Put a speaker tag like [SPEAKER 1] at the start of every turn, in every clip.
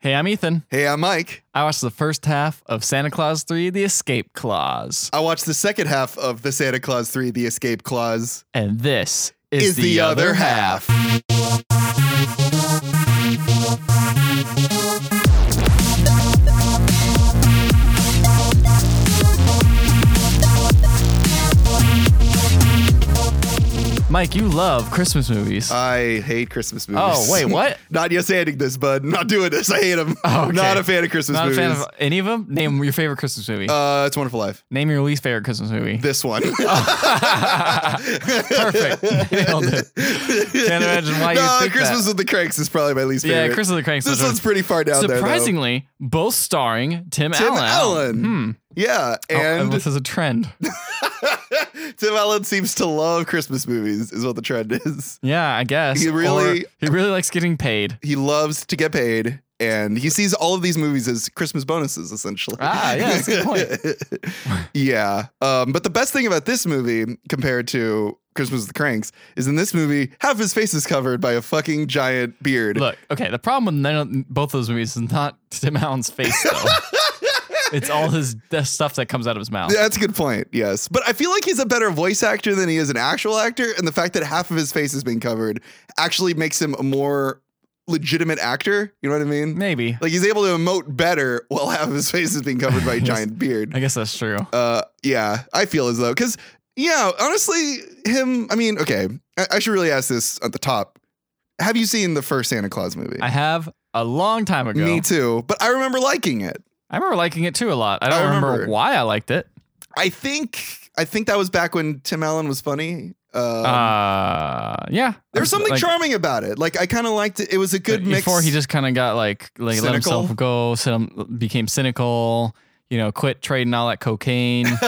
[SPEAKER 1] Hey, I'm Ethan.
[SPEAKER 2] Hey, I'm Mike.
[SPEAKER 1] I watched the first half of Santa Claus 3 The Escape Clause.
[SPEAKER 2] I watched the second half of The Santa Claus 3 The Escape Clause.
[SPEAKER 1] And this is, the, other, half. Mike, you love Christmas movies.
[SPEAKER 2] I hate Christmas movies.
[SPEAKER 1] oh, wait, what?
[SPEAKER 2] Not yes handing this, bud. Not doing this. I hate them.
[SPEAKER 1] Oh, okay.
[SPEAKER 2] Not a fan of Christmas
[SPEAKER 1] Not a
[SPEAKER 2] movies.
[SPEAKER 1] fan of any of them? Name your favorite Christmas movie.
[SPEAKER 2] uh, it's Wonderful Life.
[SPEAKER 1] Name your least favorite Christmas movie.
[SPEAKER 2] This one.
[SPEAKER 1] Oh, Perfect. Nailed it. Can't imagine why you
[SPEAKER 2] no,
[SPEAKER 1] think that.
[SPEAKER 2] Christmas with the Cranks is probably my least
[SPEAKER 1] yeah,
[SPEAKER 2] favorite.
[SPEAKER 1] Christmas of the Cranks.
[SPEAKER 2] This
[SPEAKER 1] was one-
[SPEAKER 2] one's pretty far down there. though.
[SPEAKER 1] Surprisingly, both starring Tim,
[SPEAKER 2] Tim
[SPEAKER 1] Allen.
[SPEAKER 2] Allen. Yeah,
[SPEAKER 1] Oh,
[SPEAKER 2] and
[SPEAKER 1] this is a trend.
[SPEAKER 2] Tim Allen seems to love Christmas movies, is what the trend is.
[SPEAKER 1] Yeah, I guess.
[SPEAKER 2] He really-
[SPEAKER 1] Or he really likes getting paid.
[SPEAKER 2] He loves to get paid, and he sees all of these movies as Christmas bonuses, essentially.
[SPEAKER 1] Ah, yeah, that's a good
[SPEAKER 2] point. yeah, um, but the best thing about this movie compared to Christmas with the Cranks is in this movie, half his face is covered by a fucking giant beard.
[SPEAKER 1] Look, okay, the problem with none of, both those movies is not Tim Allen's face though. it's all his the stuff that comes out of his mouth.
[SPEAKER 2] That's a good point. Yes, but I feel like he's a better voice actor than he is an actual actor, and the fact that half of his face has been covered actually makes him a more legitimate actor. You know what I mean?
[SPEAKER 1] Maybe.
[SPEAKER 2] Like he's able to emote better while half of his face is being covered by a
[SPEAKER 1] Yes.
[SPEAKER 2] giant beard.
[SPEAKER 1] I guess that's true.
[SPEAKER 2] Uh, yeah, I feel as though because yeah, honestly, him. I mean, okay, I, I should really ask this at the top. Have you seen the first Santa Claus movie?
[SPEAKER 1] I have a long time ago.
[SPEAKER 2] Me too, but I remember liking it.
[SPEAKER 1] I remember liking it too a lot. I don't
[SPEAKER 2] I
[SPEAKER 1] remember.
[SPEAKER 2] remember.
[SPEAKER 1] why I liked it.
[SPEAKER 2] I think I think that was back when Tim Allen was funny. Um,
[SPEAKER 1] uh, yeah.
[SPEAKER 2] There was something
[SPEAKER 1] Like,
[SPEAKER 2] charming about it. Like I kind of liked it. It was a good mix.
[SPEAKER 1] Before he just kind of got like like let
[SPEAKER 2] Cynical?
[SPEAKER 1] himself go, said him, became cynical. You know, quit trading all that cocaine.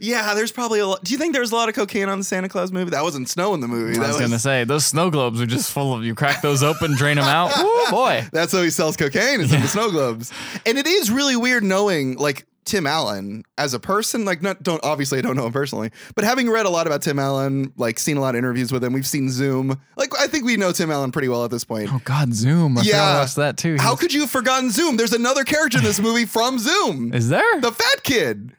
[SPEAKER 2] yeah, there's probably a lot. Do you think there was a lot of cocaine on the Santa Claus movie? That wasn't snow in the movie.
[SPEAKER 1] I
[SPEAKER 2] That
[SPEAKER 1] was gonna say those snow globes are just full of you. Crack those open, drain them out. Oh boy.
[SPEAKER 2] That's how he sells cocaine is in the snow globes. And it is really weird knowing like Tim Allen as a person. Like not don't obviously I don't know him personally, but having read a lot about Tim Allen, like seen a lot of interviews with him, we've seen Zoom. Like I think we know Tim Allen pretty well at this point.
[SPEAKER 1] Oh God, Zoom. I yeah.
[SPEAKER 2] Yeah.
[SPEAKER 1] watched that too. He
[SPEAKER 2] How
[SPEAKER 1] was-
[SPEAKER 2] could you have forgotten Zoom? There's another character in this movie from Zoom.
[SPEAKER 1] is there?
[SPEAKER 2] the fat kid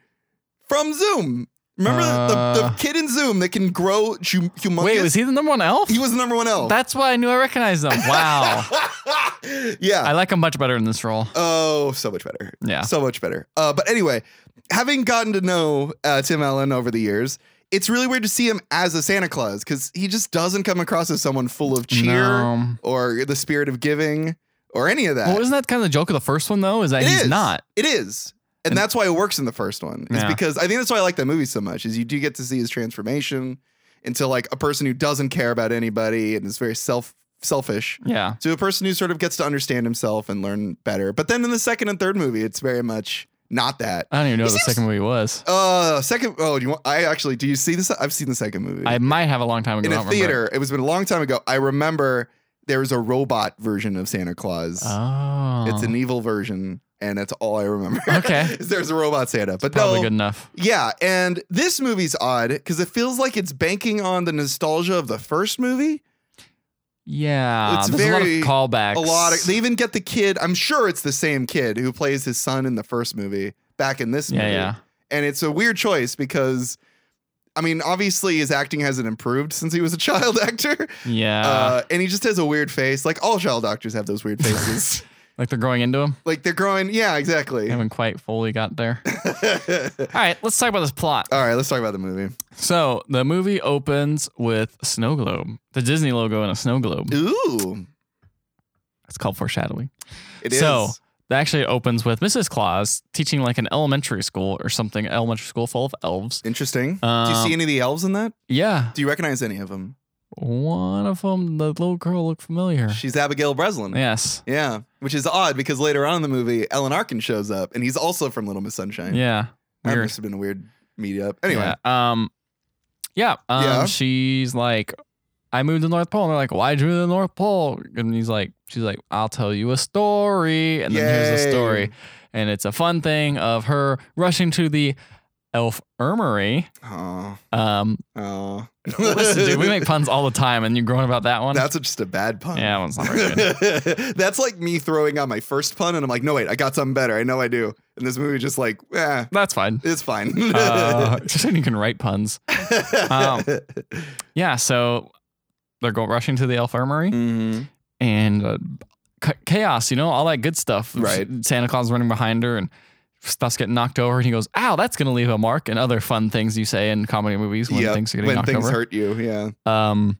[SPEAKER 2] from Zoom. Remember the- the, the
[SPEAKER 1] Uh.
[SPEAKER 2] kid in Zoom that can grow hum- humongous?
[SPEAKER 1] Wait, was he the number one elf?
[SPEAKER 2] He was the number one elf.
[SPEAKER 1] That's why I knew I recognized him. Wow.
[SPEAKER 2] yeah.
[SPEAKER 1] I like him much better in this role.
[SPEAKER 2] oh, so much better.
[SPEAKER 1] Yeah.
[SPEAKER 2] So much better. Uh, but anyway, having gotten to know uh, Tim Allen over the years, it's really weird to see him as a Santa Claus because he just doesn't come across as someone full of cheer
[SPEAKER 1] No.
[SPEAKER 2] or the spirit of giving or any of that.
[SPEAKER 1] Well, isn't that kind of the joke of the first one though? Is that
[SPEAKER 2] It
[SPEAKER 1] he's
[SPEAKER 2] is.
[SPEAKER 1] not?
[SPEAKER 2] It is. And,
[SPEAKER 1] And-
[SPEAKER 2] that's why it works in the first one. Is
[SPEAKER 1] Yeah.
[SPEAKER 2] because I think that's why I like that movie so much, is you do get to see his transformation into like a person who doesn't care about anybody and is very self selfish
[SPEAKER 1] Yeah.
[SPEAKER 2] to a person who sort of gets to understand himself and learn better. But then in the second and third movie, it's very much not that.
[SPEAKER 1] I don't even know what
[SPEAKER 2] He
[SPEAKER 1] the
[SPEAKER 2] seems-
[SPEAKER 1] second movie was.
[SPEAKER 2] Uh second oh, do you want I actually do you see this? I've seen the second movie.
[SPEAKER 1] I might have a long time ago.
[SPEAKER 2] in
[SPEAKER 1] I
[SPEAKER 2] a
[SPEAKER 1] don't remember.
[SPEAKER 2] theater. It was been a long time ago. I remember there was a robot version of Santa Claus.
[SPEAKER 1] Oh.
[SPEAKER 2] It's an evil version, and that's all I remember.
[SPEAKER 1] Okay.
[SPEAKER 2] is There's a robot Santa, but
[SPEAKER 1] probably
[SPEAKER 2] no,
[SPEAKER 1] good enough.
[SPEAKER 2] yeah. And this movie's odd because it feels like it's banking on the nostalgia of the first movie.
[SPEAKER 1] Yeah.
[SPEAKER 2] It's
[SPEAKER 1] there's
[SPEAKER 2] very-
[SPEAKER 1] a lot of callbacks.
[SPEAKER 2] A lot. Of, they even get the kid. I'm sure it's the same kid who plays his son in the first movie back in this
[SPEAKER 1] yeah,
[SPEAKER 2] movie.
[SPEAKER 1] yeah.
[SPEAKER 2] And it's a weird choice because, I mean, obviously his acting hasn't improved since he was a child actor,
[SPEAKER 1] Yeah.
[SPEAKER 2] uh, and he just has a weird face. Like all child actors have those weird faces.
[SPEAKER 1] like they're growing into him.
[SPEAKER 2] like they're growing. Yeah,
[SPEAKER 1] They
[SPEAKER 2] exactly.
[SPEAKER 1] haven't quite fully got there.
[SPEAKER 2] All
[SPEAKER 1] All right, let's talk about this plot.
[SPEAKER 2] right, let's talk about the movie.
[SPEAKER 1] So the movie opens with a snow globe, the Disney logo and a snow globe.
[SPEAKER 2] Ooh,
[SPEAKER 1] It's called foreshadowing.
[SPEAKER 2] it is.
[SPEAKER 1] So- That actually opens with Mrs. Claus teaching like an elementary school or something, elementary school full of elves.
[SPEAKER 2] interesting. Do you
[SPEAKER 1] Um,
[SPEAKER 2] see any of the elves in that?
[SPEAKER 1] Yeah,
[SPEAKER 2] Do you recognize any of them?
[SPEAKER 1] one of them, the little girl looked familiar.
[SPEAKER 2] She's Abigail Breslin.
[SPEAKER 1] Yes.
[SPEAKER 2] Yeah, which is odd because later on in the movie, Ellen Arkin shows up, and he's also from Little Miss Sunshine.
[SPEAKER 1] Yeah.
[SPEAKER 2] that
[SPEAKER 1] Weird.
[SPEAKER 2] must have been a weird meetup. Anyway,
[SPEAKER 1] Yeah. Um. Yeah. Um,
[SPEAKER 2] Yeah.
[SPEAKER 1] She's like, I moved to the North Pole, and they're like, Why'd you move to the North Pole? And he's like, She's like, I'll tell you a story, and then here's the
[SPEAKER 2] Yay.
[SPEAKER 1] story, and it's a fun thing of her rushing to the Elf Armory.
[SPEAKER 2] Oh,
[SPEAKER 1] Um,
[SPEAKER 2] oh.
[SPEAKER 1] listen, dude, we make puns all the time, and you're growing about that one.
[SPEAKER 2] That's just a bad pun.
[SPEAKER 1] yeah, that one's not very good.
[SPEAKER 2] That's like me throwing out my first pun, and I'm like, no, wait, I got something better. I know I do. And this movie just like, eh,
[SPEAKER 1] That's fine.
[SPEAKER 2] it's fine.
[SPEAKER 1] Uh, just when you can write puns. um, Yeah, so they're going rushing to the Elf Armory.
[SPEAKER 2] Mhm.
[SPEAKER 1] and uh, ca- chaos, you know, all that good stuff.
[SPEAKER 2] Right.
[SPEAKER 1] Santa Claus running behind her and stuff's getting knocked over, and he goes, "Ow, that's gonna leave a mark." And other fun things you say in comedy movies when
[SPEAKER 2] Yep,
[SPEAKER 1] things are getting
[SPEAKER 2] When
[SPEAKER 1] knocked
[SPEAKER 2] things
[SPEAKER 1] over.
[SPEAKER 2] hurt you, yeah.
[SPEAKER 1] Um,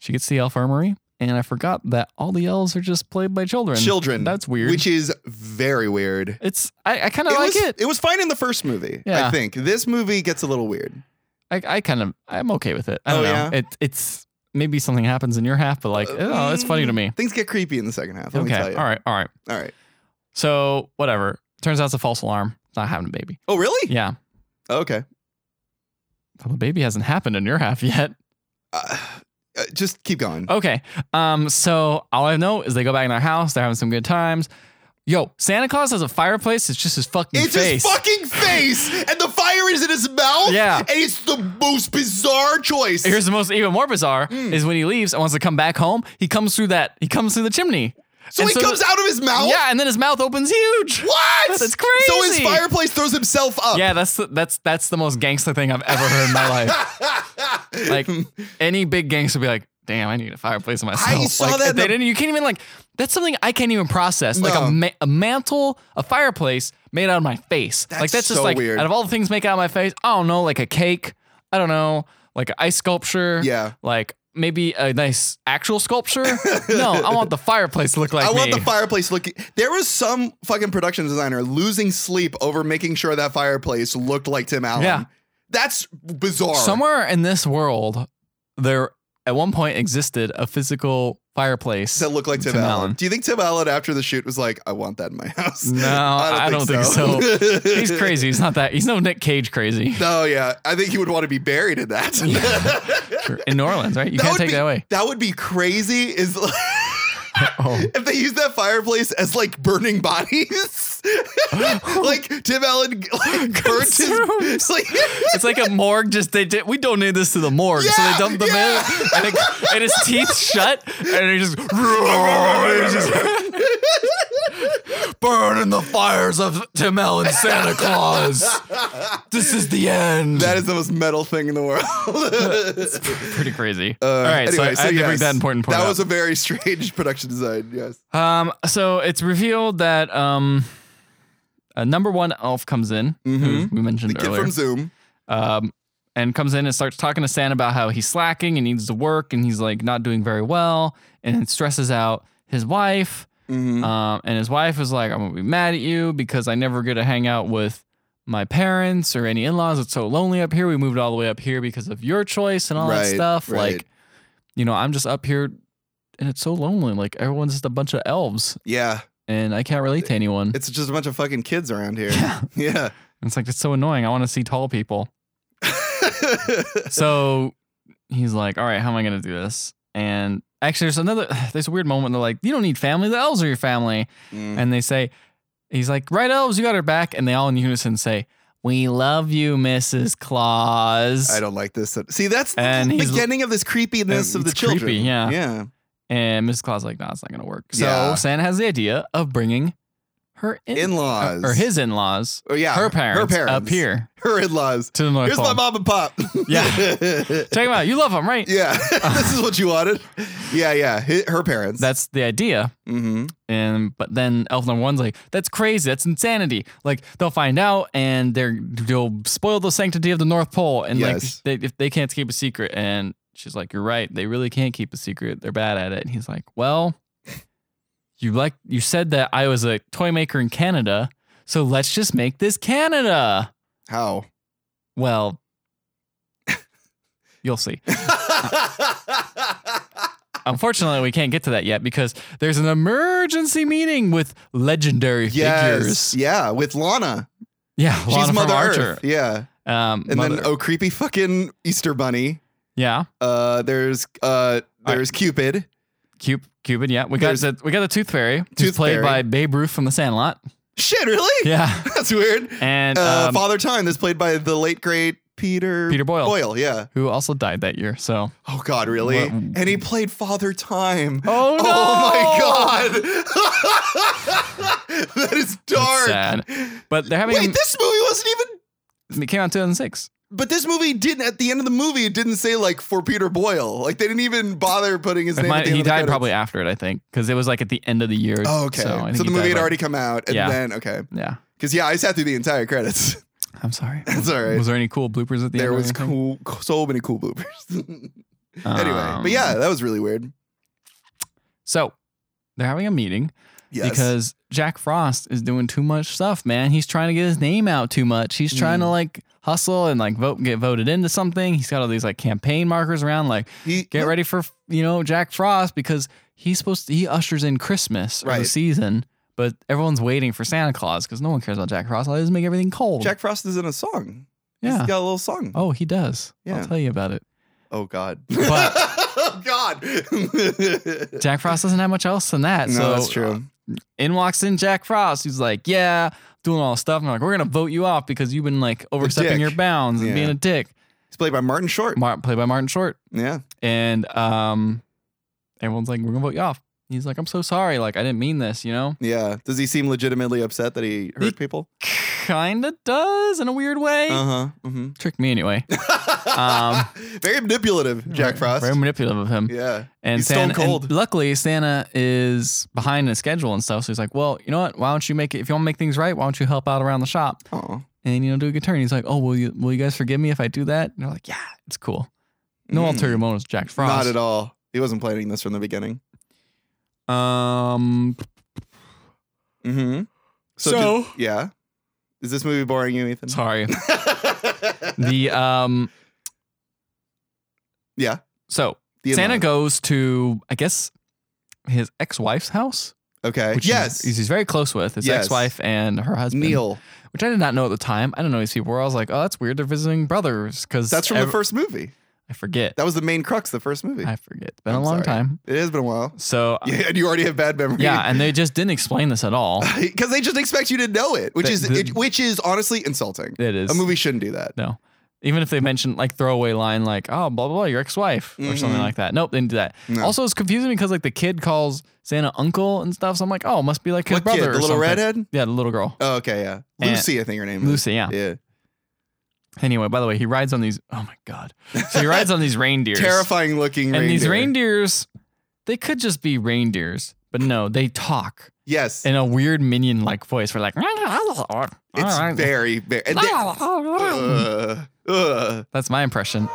[SPEAKER 1] she gets to the elf armory, and I forgot that all the elves are just played by children.
[SPEAKER 2] Children.
[SPEAKER 1] That's weird.
[SPEAKER 2] Which is very weird.
[SPEAKER 1] it's I, I kind of
[SPEAKER 2] it
[SPEAKER 1] like
[SPEAKER 2] was,
[SPEAKER 1] it.
[SPEAKER 2] was fine in the first movie, I
[SPEAKER 1] Yeah.
[SPEAKER 2] think. This movie gets a little weird.
[SPEAKER 1] I, I kind of I'm okay with it. I don't know.
[SPEAKER 2] Oh, yeah?
[SPEAKER 1] It it's maybe something happens in your half, but like, oh, it's funny to me.
[SPEAKER 2] Things get creepy in the second half. mm, Let me
[SPEAKER 1] Okay,
[SPEAKER 2] tell you.
[SPEAKER 1] all right, all right.
[SPEAKER 2] All right.
[SPEAKER 1] So whatever. Turns out it's a false alarm. It's not having a baby.
[SPEAKER 2] Oh, really?
[SPEAKER 1] Yeah.
[SPEAKER 2] Okay.
[SPEAKER 1] Well, the baby hasn't happened in your half yet.
[SPEAKER 2] Uh, uh, just keep going.
[SPEAKER 1] Okay. Um. So all I know is they go back in their house. They're having some good times. Yo, Santa Claus has a fireplace. It's just his fucking
[SPEAKER 2] It's
[SPEAKER 1] face.
[SPEAKER 2] his fucking face, and the fire is in his mouth.
[SPEAKER 1] Yeah.
[SPEAKER 2] and it's the most bizarre choice.
[SPEAKER 1] Here's the most even more bizarre
[SPEAKER 2] Mm.
[SPEAKER 1] is when he leaves and wants to come back home. He comes through that. He comes through the chimney.
[SPEAKER 2] so
[SPEAKER 1] and
[SPEAKER 2] he comes out of his mouth.
[SPEAKER 1] Yeah, and then his mouth opens huge.
[SPEAKER 2] what?
[SPEAKER 1] That's
[SPEAKER 2] So his
[SPEAKER 1] crazy.
[SPEAKER 2] fireplace throws himself up.
[SPEAKER 1] Yeah, that's the, that's that's the most gangster thing I've ever heard in my life. Like any big gangster would be like, "Damn, I need a fireplace myself."
[SPEAKER 2] saw
[SPEAKER 1] like,
[SPEAKER 2] that in
[SPEAKER 1] They
[SPEAKER 2] the-
[SPEAKER 1] didn't. You can't even like. That's something I can't even process. Like
[SPEAKER 2] No.
[SPEAKER 1] a, ma- a mantle, a fireplace made out of my face. like
[SPEAKER 2] That's
[SPEAKER 1] that's just
[SPEAKER 2] so
[SPEAKER 1] like
[SPEAKER 2] weird.
[SPEAKER 1] out of all the things make out of my face. I don't know, like a cake. I don't know, like an ice sculpture.
[SPEAKER 2] Yeah.
[SPEAKER 1] Like maybe a nice actual sculpture. no, I want the fireplace to look like
[SPEAKER 2] I
[SPEAKER 1] me.
[SPEAKER 2] want the fireplace looking. There was some fucking production designer losing sleep over making sure that fireplace looked like Tim Allen.
[SPEAKER 1] Yeah.
[SPEAKER 2] that's bizarre.
[SPEAKER 1] Somewhere in this world, there at one point existed a physical fireplace
[SPEAKER 2] that look like Tim,
[SPEAKER 1] Tim
[SPEAKER 2] Allen.
[SPEAKER 1] Allen.
[SPEAKER 2] Do you think Tim Allen after the shoot was like, "I want that in my house"?
[SPEAKER 1] No, I don't think
[SPEAKER 2] so.
[SPEAKER 1] He's crazy. He's not that. He's no Nick Cage crazy.
[SPEAKER 2] No, yeah, I think he would want to be buried in that.
[SPEAKER 1] Sure. In New Orleans, right? You
[SPEAKER 2] That
[SPEAKER 1] can't
[SPEAKER 2] would
[SPEAKER 1] take
[SPEAKER 2] be-
[SPEAKER 1] that away.
[SPEAKER 2] That would be crazy. Is like,
[SPEAKER 1] Oh.
[SPEAKER 2] if they use that fireplace as like burning bodies, like Tim Allen like, burnt his
[SPEAKER 1] Consumed.
[SPEAKER 2] like.
[SPEAKER 1] It's like a morgue. Just they did. We donated this to the morgue, so
[SPEAKER 2] Yeah,
[SPEAKER 1] they dumped the
[SPEAKER 2] yeah.
[SPEAKER 1] man and, it, and his teeth shut, and he just, it just burn in the fires of Tim Allen Santa Claus. This is the end.
[SPEAKER 2] That is the most metal thing in the world.
[SPEAKER 1] pretty crazy.
[SPEAKER 2] Uh,
[SPEAKER 1] All right, so I,
[SPEAKER 2] anyway,
[SPEAKER 1] I had to bring
[SPEAKER 2] yes,
[SPEAKER 1] that important point
[SPEAKER 2] That
[SPEAKER 1] up.
[SPEAKER 2] was a very strange production design. Yes.
[SPEAKER 1] Um, so it's revealed that um, a number one elf comes in, who we mentioned
[SPEAKER 2] Mm-hmm. Kid
[SPEAKER 1] earlier,
[SPEAKER 2] from Zoom.
[SPEAKER 1] um, and comes in and starts talking to Santa about how he's slacking and needs to work, and he's like not doing very well, and it stresses out his wife.
[SPEAKER 2] Mhm.
[SPEAKER 1] Um, and his wife is like, "I'm gonna be mad at you because I never get to hang out with." My parents or any in laws, it's so lonely up here. We moved all the way up here because of your choice and all that
[SPEAKER 2] Right,
[SPEAKER 1] stuff.
[SPEAKER 2] right.
[SPEAKER 1] Like, you know, I'm just up here and it's so lonely. Like, everyone's just a bunch of elves
[SPEAKER 2] Yeah.
[SPEAKER 1] and I can't relate to anyone.
[SPEAKER 2] It's just a bunch of fucking kids around here.
[SPEAKER 1] Yeah.
[SPEAKER 2] Yeah.
[SPEAKER 1] And it's like it's so annoying. I want to see tall people. So he's like, "All right, how am I going to do this?" And actually, there's another. There's a weird moment. They're like, "You don't need family. The elves are your family."
[SPEAKER 2] Mm.
[SPEAKER 1] And they say, "He's like, right, elves, you got her back." And they all in unison say, "We love you, Mrs. Claus."
[SPEAKER 2] I don't like this. See, that's
[SPEAKER 1] And
[SPEAKER 2] the
[SPEAKER 1] he's-
[SPEAKER 2] beginning of this creepiness
[SPEAKER 1] And
[SPEAKER 2] of the
[SPEAKER 1] it's creepy,
[SPEAKER 2] children.
[SPEAKER 1] yeah.
[SPEAKER 2] Yeah.
[SPEAKER 1] And Mrs. Claus is like, "No, it's not going to work." So
[SPEAKER 2] Yeah.
[SPEAKER 1] Santa has the idea of bringing her in- uh,
[SPEAKER 2] In-laws.
[SPEAKER 1] or his in-laws,
[SPEAKER 2] Oh, yeah.
[SPEAKER 1] her parents,
[SPEAKER 2] Her parents.
[SPEAKER 1] up here
[SPEAKER 2] Her in-laws.
[SPEAKER 1] to the North
[SPEAKER 2] Here's
[SPEAKER 1] Pole.
[SPEAKER 2] my mom and pop.
[SPEAKER 1] Yeah. Check him out. You love him, right?
[SPEAKER 2] yeah. this is what you wanted. Yeah. Yeah. Hi- Her parents.
[SPEAKER 1] That's the idea.
[SPEAKER 2] hmm
[SPEAKER 1] And but then Elf Number One's like, that's crazy, that's insanity. Like they'll find out and they're they'll spoil the sanctity of the North Pole and
[SPEAKER 2] Yes.
[SPEAKER 1] like they, if they can't keep a secret. And she's like, you're right, they really can't keep a secret. They're bad at it. And he's like, well, you like you said that I was a toy maker in Canada, so let's just make this Canada.
[SPEAKER 2] How?
[SPEAKER 1] Well, you'll see. Unfortunately, we can't get to that yet because there's an emergency meeting with legendary
[SPEAKER 2] yes.
[SPEAKER 1] figures.
[SPEAKER 2] Yeah. With Lana.
[SPEAKER 1] Yeah, Lana
[SPEAKER 2] She's
[SPEAKER 1] from
[SPEAKER 2] Mother
[SPEAKER 1] Archer.
[SPEAKER 2] Earth. Yeah.
[SPEAKER 1] Um,
[SPEAKER 2] And
[SPEAKER 1] mother.
[SPEAKER 2] then oh creepy fucking Easter bunny.
[SPEAKER 1] yeah,
[SPEAKER 2] Uh there's uh
[SPEAKER 1] right.
[SPEAKER 2] there's Cupid.
[SPEAKER 1] Cupid. Cupid. Yeah, we got
[SPEAKER 2] There's-
[SPEAKER 1] the we got the Tooth Fairy, who's
[SPEAKER 2] Tooth
[SPEAKER 1] played
[SPEAKER 2] Fairy.
[SPEAKER 1] by Babe Ruth from The Sandlot.
[SPEAKER 2] Shit, really?
[SPEAKER 1] Yeah.
[SPEAKER 2] That's weird.
[SPEAKER 1] And
[SPEAKER 2] uh,
[SPEAKER 1] um,
[SPEAKER 2] Father Time that's played by the late great Peter
[SPEAKER 1] Peter Boyle.
[SPEAKER 2] Boyle, yeah.
[SPEAKER 1] who also died that year. So.
[SPEAKER 2] Oh God, really?
[SPEAKER 1] What-
[SPEAKER 2] And he played Father Time.
[SPEAKER 1] Oh no!
[SPEAKER 2] Oh my God, that is dark.
[SPEAKER 1] sad. But they're having.
[SPEAKER 2] Wait, this movie wasn't even.
[SPEAKER 1] it came out in 2006.
[SPEAKER 2] But this movie didn't. At the end of the movie, it didn't say like for Peter Boyle. Like they didn't even bother putting his
[SPEAKER 1] It
[SPEAKER 2] name.
[SPEAKER 1] might-
[SPEAKER 2] at the end
[SPEAKER 1] he
[SPEAKER 2] of the
[SPEAKER 1] died
[SPEAKER 2] credits.
[SPEAKER 1] probably after it, I think, because it was like at the end of the year.
[SPEAKER 2] Oh, okay.
[SPEAKER 1] So, I
[SPEAKER 2] So,
[SPEAKER 1] think he
[SPEAKER 2] the movie
[SPEAKER 1] died,
[SPEAKER 2] had
[SPEAKER 1] like-
[SPEAKER 2] already come out, and
[SPEAKER 1] Yeah.
[SPEAKER 2] then okay,
[SPEAKER 1] Yeah,
[SPEAKER 2] because yeah, I sat through the entire credits.
[SPEAKER 1] I'm sorry.
[SPEAKER 2] That's all right.
[SPEAKER 1] Was there any cool bloopers at the
[SPEAKER 2] there
[SPEAKER 1] end? or
[SPEAKER 2] was
[SPEAKER 1] anything?
[SPEAKER 2] cool, so many cool bloopers. anyway,
[SPEAKER 1] Um,
[SPEAKER 2] but yeah, that was really weird.
[SPEAKER 1] So they're having a meeting
[SPEAKER 2] Yes.
[SPEAKER 1] because Jack Frost is doing too much stuff, man. He's trying to get his name out too much. He's trying
[SPEAKER 2] Mm.
[SPEAKER 1] to like hustle and like vote get voted into something. He's got all these like campaign markers around like
[SPEAKER 2] he,
[SPEAKER 1] get ready for you know Jack Frost because he's supposed to, he ushers in Christmas or the
[SPEAKER 2] Right.
[SPEAKER 1] season, but everyone's waiting for Santa Claus because no one cares about Jack Frost. All he does is make everything cold.
[SPEAKER 2] Jack Frost is in a song.
[SPEAKER 1] yeah.
[SPEAKER 2] He's got a little song.
[SPEAKER 1] Oh, he does.
[SPEAKER 2] Yeah.
[SPEAKER 1] I'll tell you about it.
[SPEAKER 2] Oh God.
[SPEAKER 1] But-
[SPEAKER 2] oh God.
[SPEAKER 1] Jack Frost doesn't have much else than that.
[SPEAKER 2] no,
[SPEAKER 1] so uh,
[SPEAKER 2] that's true.
[SPEAKER 1] in walks in Jack Frost, who's like, "Yeah, doing all this stuff." And I'm like, "We're gonna vote you off because you've been like overstepping
[SPEAKER 2] dick.
[SPEAKER 1] your bounds and
[SPEAKER 2] Yeah.
[SPEAKER 1] being a dick."
[SPEAKER 2] It's played by Martin Short.
[SPEAKER 1] Mar- played by Martin Short,
[SPEAKER 2] yeah.
[SPEAKER 1] and um, everyone's like, "We're gonna vote you off." He's like, "I'm so sorry. Like, I didn't mean this. You know."
[SPEAKER 2] Yeah. Does he seem legitimately upset that he hurt
[SPEAKER 1] He-
[SPEAKER 2] people?
[SPEAKER 1] Kind of does in a weird way.
[SPEAKER 2] Uh huh. hmm
[SPEAKER 1] Tricked me anyway.
[SPEAKER 2] very manipulative, Jack Frost.
[SPEAKER 1] Um, Very manipulative of him.
[SPEAKER 2] yeah.
[SPEAKER 1] And
[SPEAKER 2] He's stone
[SPEAKER 1] Santa, and
[SPEAKER 2] cold.
[SPEAKER 1] luckily Santa is behind in schedule and stuff. So he's like, well, you know what? Why don't you make it? If you want to make things right, why don't you help out around the shop
[SPEAKER 2] Oh.
[SPEAKER 1] and you know do a good turn? He's like, oh, will you will you guys forgive me if I do that? And they're like, yeah, it's cool. No ulterior motives, Jack Frost.
[SPEAKER 2] Mm-hmm. Mm. Not at all. He wasn't planning this from the beginning.
[SPEAKER 1] all. Um,
[SPEAKER 2] Mm-hmm.
[SPEAKER 1] So-
[SPEAKER 2] yeah. Is this movie boring you, Ethan?
[SPEAKER 1] sorry. the um,
[SPEAKER 2] yeah.
[SPEAKER 1] so
[SPEAKER 2] The
[SPEAKER 1] Santa
[SPEAKER 2] Atlanta.
[SPEAKER 1] goes to I guess his ex wife's house,
[SPEAKER 2] Okay.
[SPEAKER 1] which
[SPEAKER 2] Uh, yes.
[SPEAKER 1] he's, he's very close with his
[SPEAKER 2] Yes.
[SPEAKER 1] ex wife and her husband
[SPEAKER 2] Neil.
[SPEAKER 1] which I did not know at the time. I don't know these people. I was like, oh, that's weird. They're visiting brothers because
[SPEAKER 2] That's from the first movie.
[SPEAKER 1] I forget.
[SPEAKER 2] That was the main crux. of The first movie.
[SPEAKER 1] I forget. It's been
[SPEAKER 2] I'm
[SPEAKER 1] a long
[SPEAKER 2] sorry.
[SPEAKER 1] time.
[SPEAKER 2] It has been a while.
[SPEAKER 1] So yeah.
[SPEAKER 2] Yeah, and you already have bad memory.
[SPEAKER 1] and they just didn't explain this at all.
[SPEAKER 2] because they just expect you to know it, which
[SPEAKER 1] The-
[SPEAKER 2] is
[SPEAKER 1] the-
[SPEAKER 2] it, which is honestly insulting.
[SPEAKER 1] It is
[SPEAKER 2] A movie shouldn't do that.
[SPEAKER 1] No, even if they mentioned like throwaway line like oh blah blah blah your ex wife or something
[SPEAKER 2] Mhm.
[SPEAKER 1] like that. Nope, they didn't do that.
[SPEAKER 2] No.
[SPEAKER 1] Also, it's confusing because like the kid calls Santa uncle and stuff. So I'm like, oh, must be like his
[SPEAKER 2] What
[SPEAKER 1] brother.
[SPEAKER 2] kid? The
[SPEAKER 1] or
[SPEAKER 2] little
[SPEAKER 1] something.
[SPEAKER 2] redhead. Mm-hmm.
[SPEAKER 1] Yeah, the little girl,
[SPEAKER 2] Oh, okay, yeah,
[SPEAKER 1] And-
[SPEAKER 2] Lucy, I think her name
[SPEAKER 1] Lucy. Yeah.
[SPEAKER 2] is. Yeah,
[SPEAKER 1] Anyway, by the way, he rides on these. Oh my god. So he rides on these reindeers.
[SPEAKER 2] terrifying looking.
[SPEAKER 1] And these
[SPEAKER 2] reindeer.
[SPEAKER 1] reindeers, they could just be reindeers, but no, they talk.
[SPEAKER 2] Yes,
[SPEAKER 1] in a weird minion like voice. We're like, it's
[SPEAKER 2] it's very very. and they-
[SPEAKER 1] Ah,
[SPEAKER 2] uh, Ugh. Ugh.
[SPEAKER 1] That's my impression.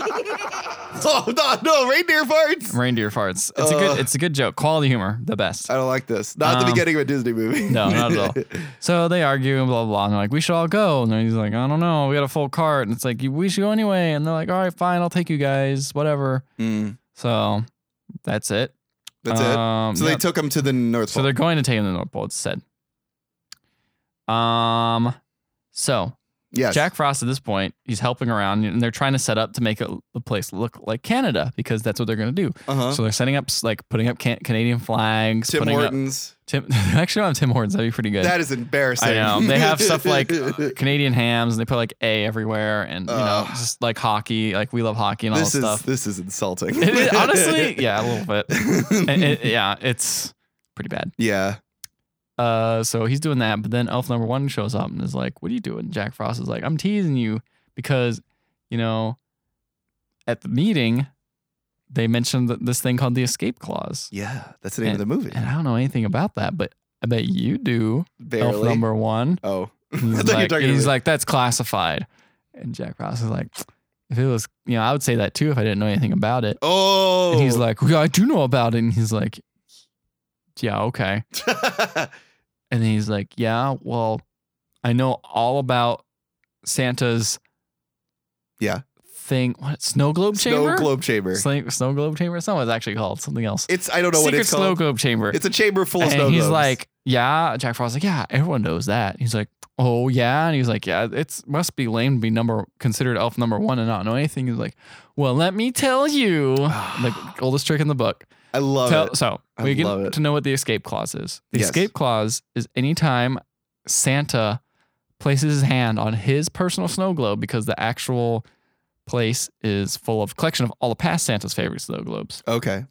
[SPEAKER 2] Oh no, no reindeer farts.
[SPEAKER 1] Reindeer farts. It's a good.
[SPEAKER 2] Ugh.
[SPEAKER 1] It's a good joke. Quality humor, the best.
[SPEAKER 2] I don't like this. Not the
[SPEAKER 1] Um,
[SPEAKER 2] beginning of a Disney movie.
[SPEAKER 1] No, not at all. So they argue and blah blah. blah. And they're like, we should all go. And then he's like, I don't know. We got a full cart. And it's like, we should go anyway. And they're like, all right, fine. I'll take you guys. Whatever.
[SPEAKER 2] Mm,
[SPEAKER 1] So that's it.
[SPEAKER 2] that's
[SPEAKER 1] um,
[SPEAKER 2] it. So
[SPEAKER 1] yeah.
[SPEAKER 2] they took him to the North
[SPEAKER 1] So
[SPEAKER 2] Pole.
[SPEAKER 1] they're going to take him to the North Pole. It's said. Um. So
[SPEAKER 2] yes.
[SPEAKER 1] Jack Frost at this point, he's helping around and they're trying to set up to make it, the place look like Canada because that's what they're going to do.
[SPEAKER 2] Uh huh.
[SPEAKER 1] So they're setting up, s- like putting up can- Canadian flags.
[SPEAKER 2] Tim
[SPEAKER 1] putting
[SPEAKER 2] Hortons.
[SPEAKER 1] Up Tim, actually, I'm Tim Hortons. That'd be pretty good.
[SPEAKER 2] That is embarrassing.
[SPEAKER 1] I know. They have stuff like uh, Canadian hams and they put like A everywhere and, you know,
[SPEAKER 2] Ugh.
[SPEAKER 1] just like hockey. Like we love hockey and all
[SPEAKER 2] this
[SPEAKER 1] this
[SPEAKER 2] is
[SPEAKER 1] stuff.
[SPEAKER 2] this is insulting.
[SPEAKER 1] It- it- honestly, yeah, a little bit. It- it- yeah, it's pretty bad.
[SPEAKER 2] yeah.
[SPEAKER 1] Uh, so he's doing that, but then Elf number one shows up and is like, "What are you doing?" Jack Frost is like, "I'm teasing you because, you know, at the meeting, they mentioned th- this thing called the escape clause,
[SPEAKER 2] Yeah. That's the name of the movie.
[SPEAKER 1] and I don't know anything about that, but I bet you do." Elf
[SPEAKER 2] Barely.
[SPEAKER 1] number one.
[SPEAKER 2] Oh.
[SPEAKER 1] And
[SPEAKER 2] I
[SPEAKER 1] He's,
[SPEAKER 2] thought you were
[SPEAKER 1] like,
[SPEAKER 2] talking to
[SPEAKER 1] he's
[SPEAKER 2] me.
[SPEAKER 1] like, "That's classified," and Jack Frost is like, "If it was, you know, I would say that too if I didn't know anything about it."
[SPEAKER 2] Oh.
[SPEAKER 1] And he's like, "Yeah, I do know about it," and he's like, "Yeah, okay."
[SPEAKER 2] Oh.
[SPEAKER 1] And then he's like, Yeah, well, I know all about Santa's
[SPEAKER 2] Yeah.
[SPEAKER 1] thing. What snow globe chamber?
[SPEAKER 2] Snow globe chamber.
[SPEAKER 1] Sling- snow globe chamber? That's not what it's actually called. Something else.
[SPEAKER 2] It's I don't know
[SPEAKER 1] Secret
[SPEAKER 2] what it's
[SPEAKER 1] snow
[SPEAKER 2] called.
[SPEAKER 1] globe chamber.
[SPEAKER 2] It's a chamber full of
[SPEAKER 1] and
[SPEAKER 2] snow
[SPEAKER 1] he's
[SPEAKER 2] globes.
[SPEAKER 1] like, Yeah. Jack Frost's like, Yeah, everyone knows that. He's like, oh yeah, and he's like, yeah, it's must be lame to be number considered elf number one and not know anything. He's like, well, let me tell you, the oldest trick in the book.
[SPEAKER 2] I love
[SPEAKER 1] Tell,
[SPEAKER 2] it.
[SPEAKER 1] so
[SPEAKER 2] I
[SPEAKER 1] we
[SPEAKER 2] love it.
[SPEAKER 1] get to know what the escape clause is. The
[SPEAKER 2] Yes.
[SPEAKER 1] escape clause is anytime Santa places his hand on his personal snow globe because the actual place is full of collection of all the past Santa's favorite snow globes.
[SPEAKER 2] Okay.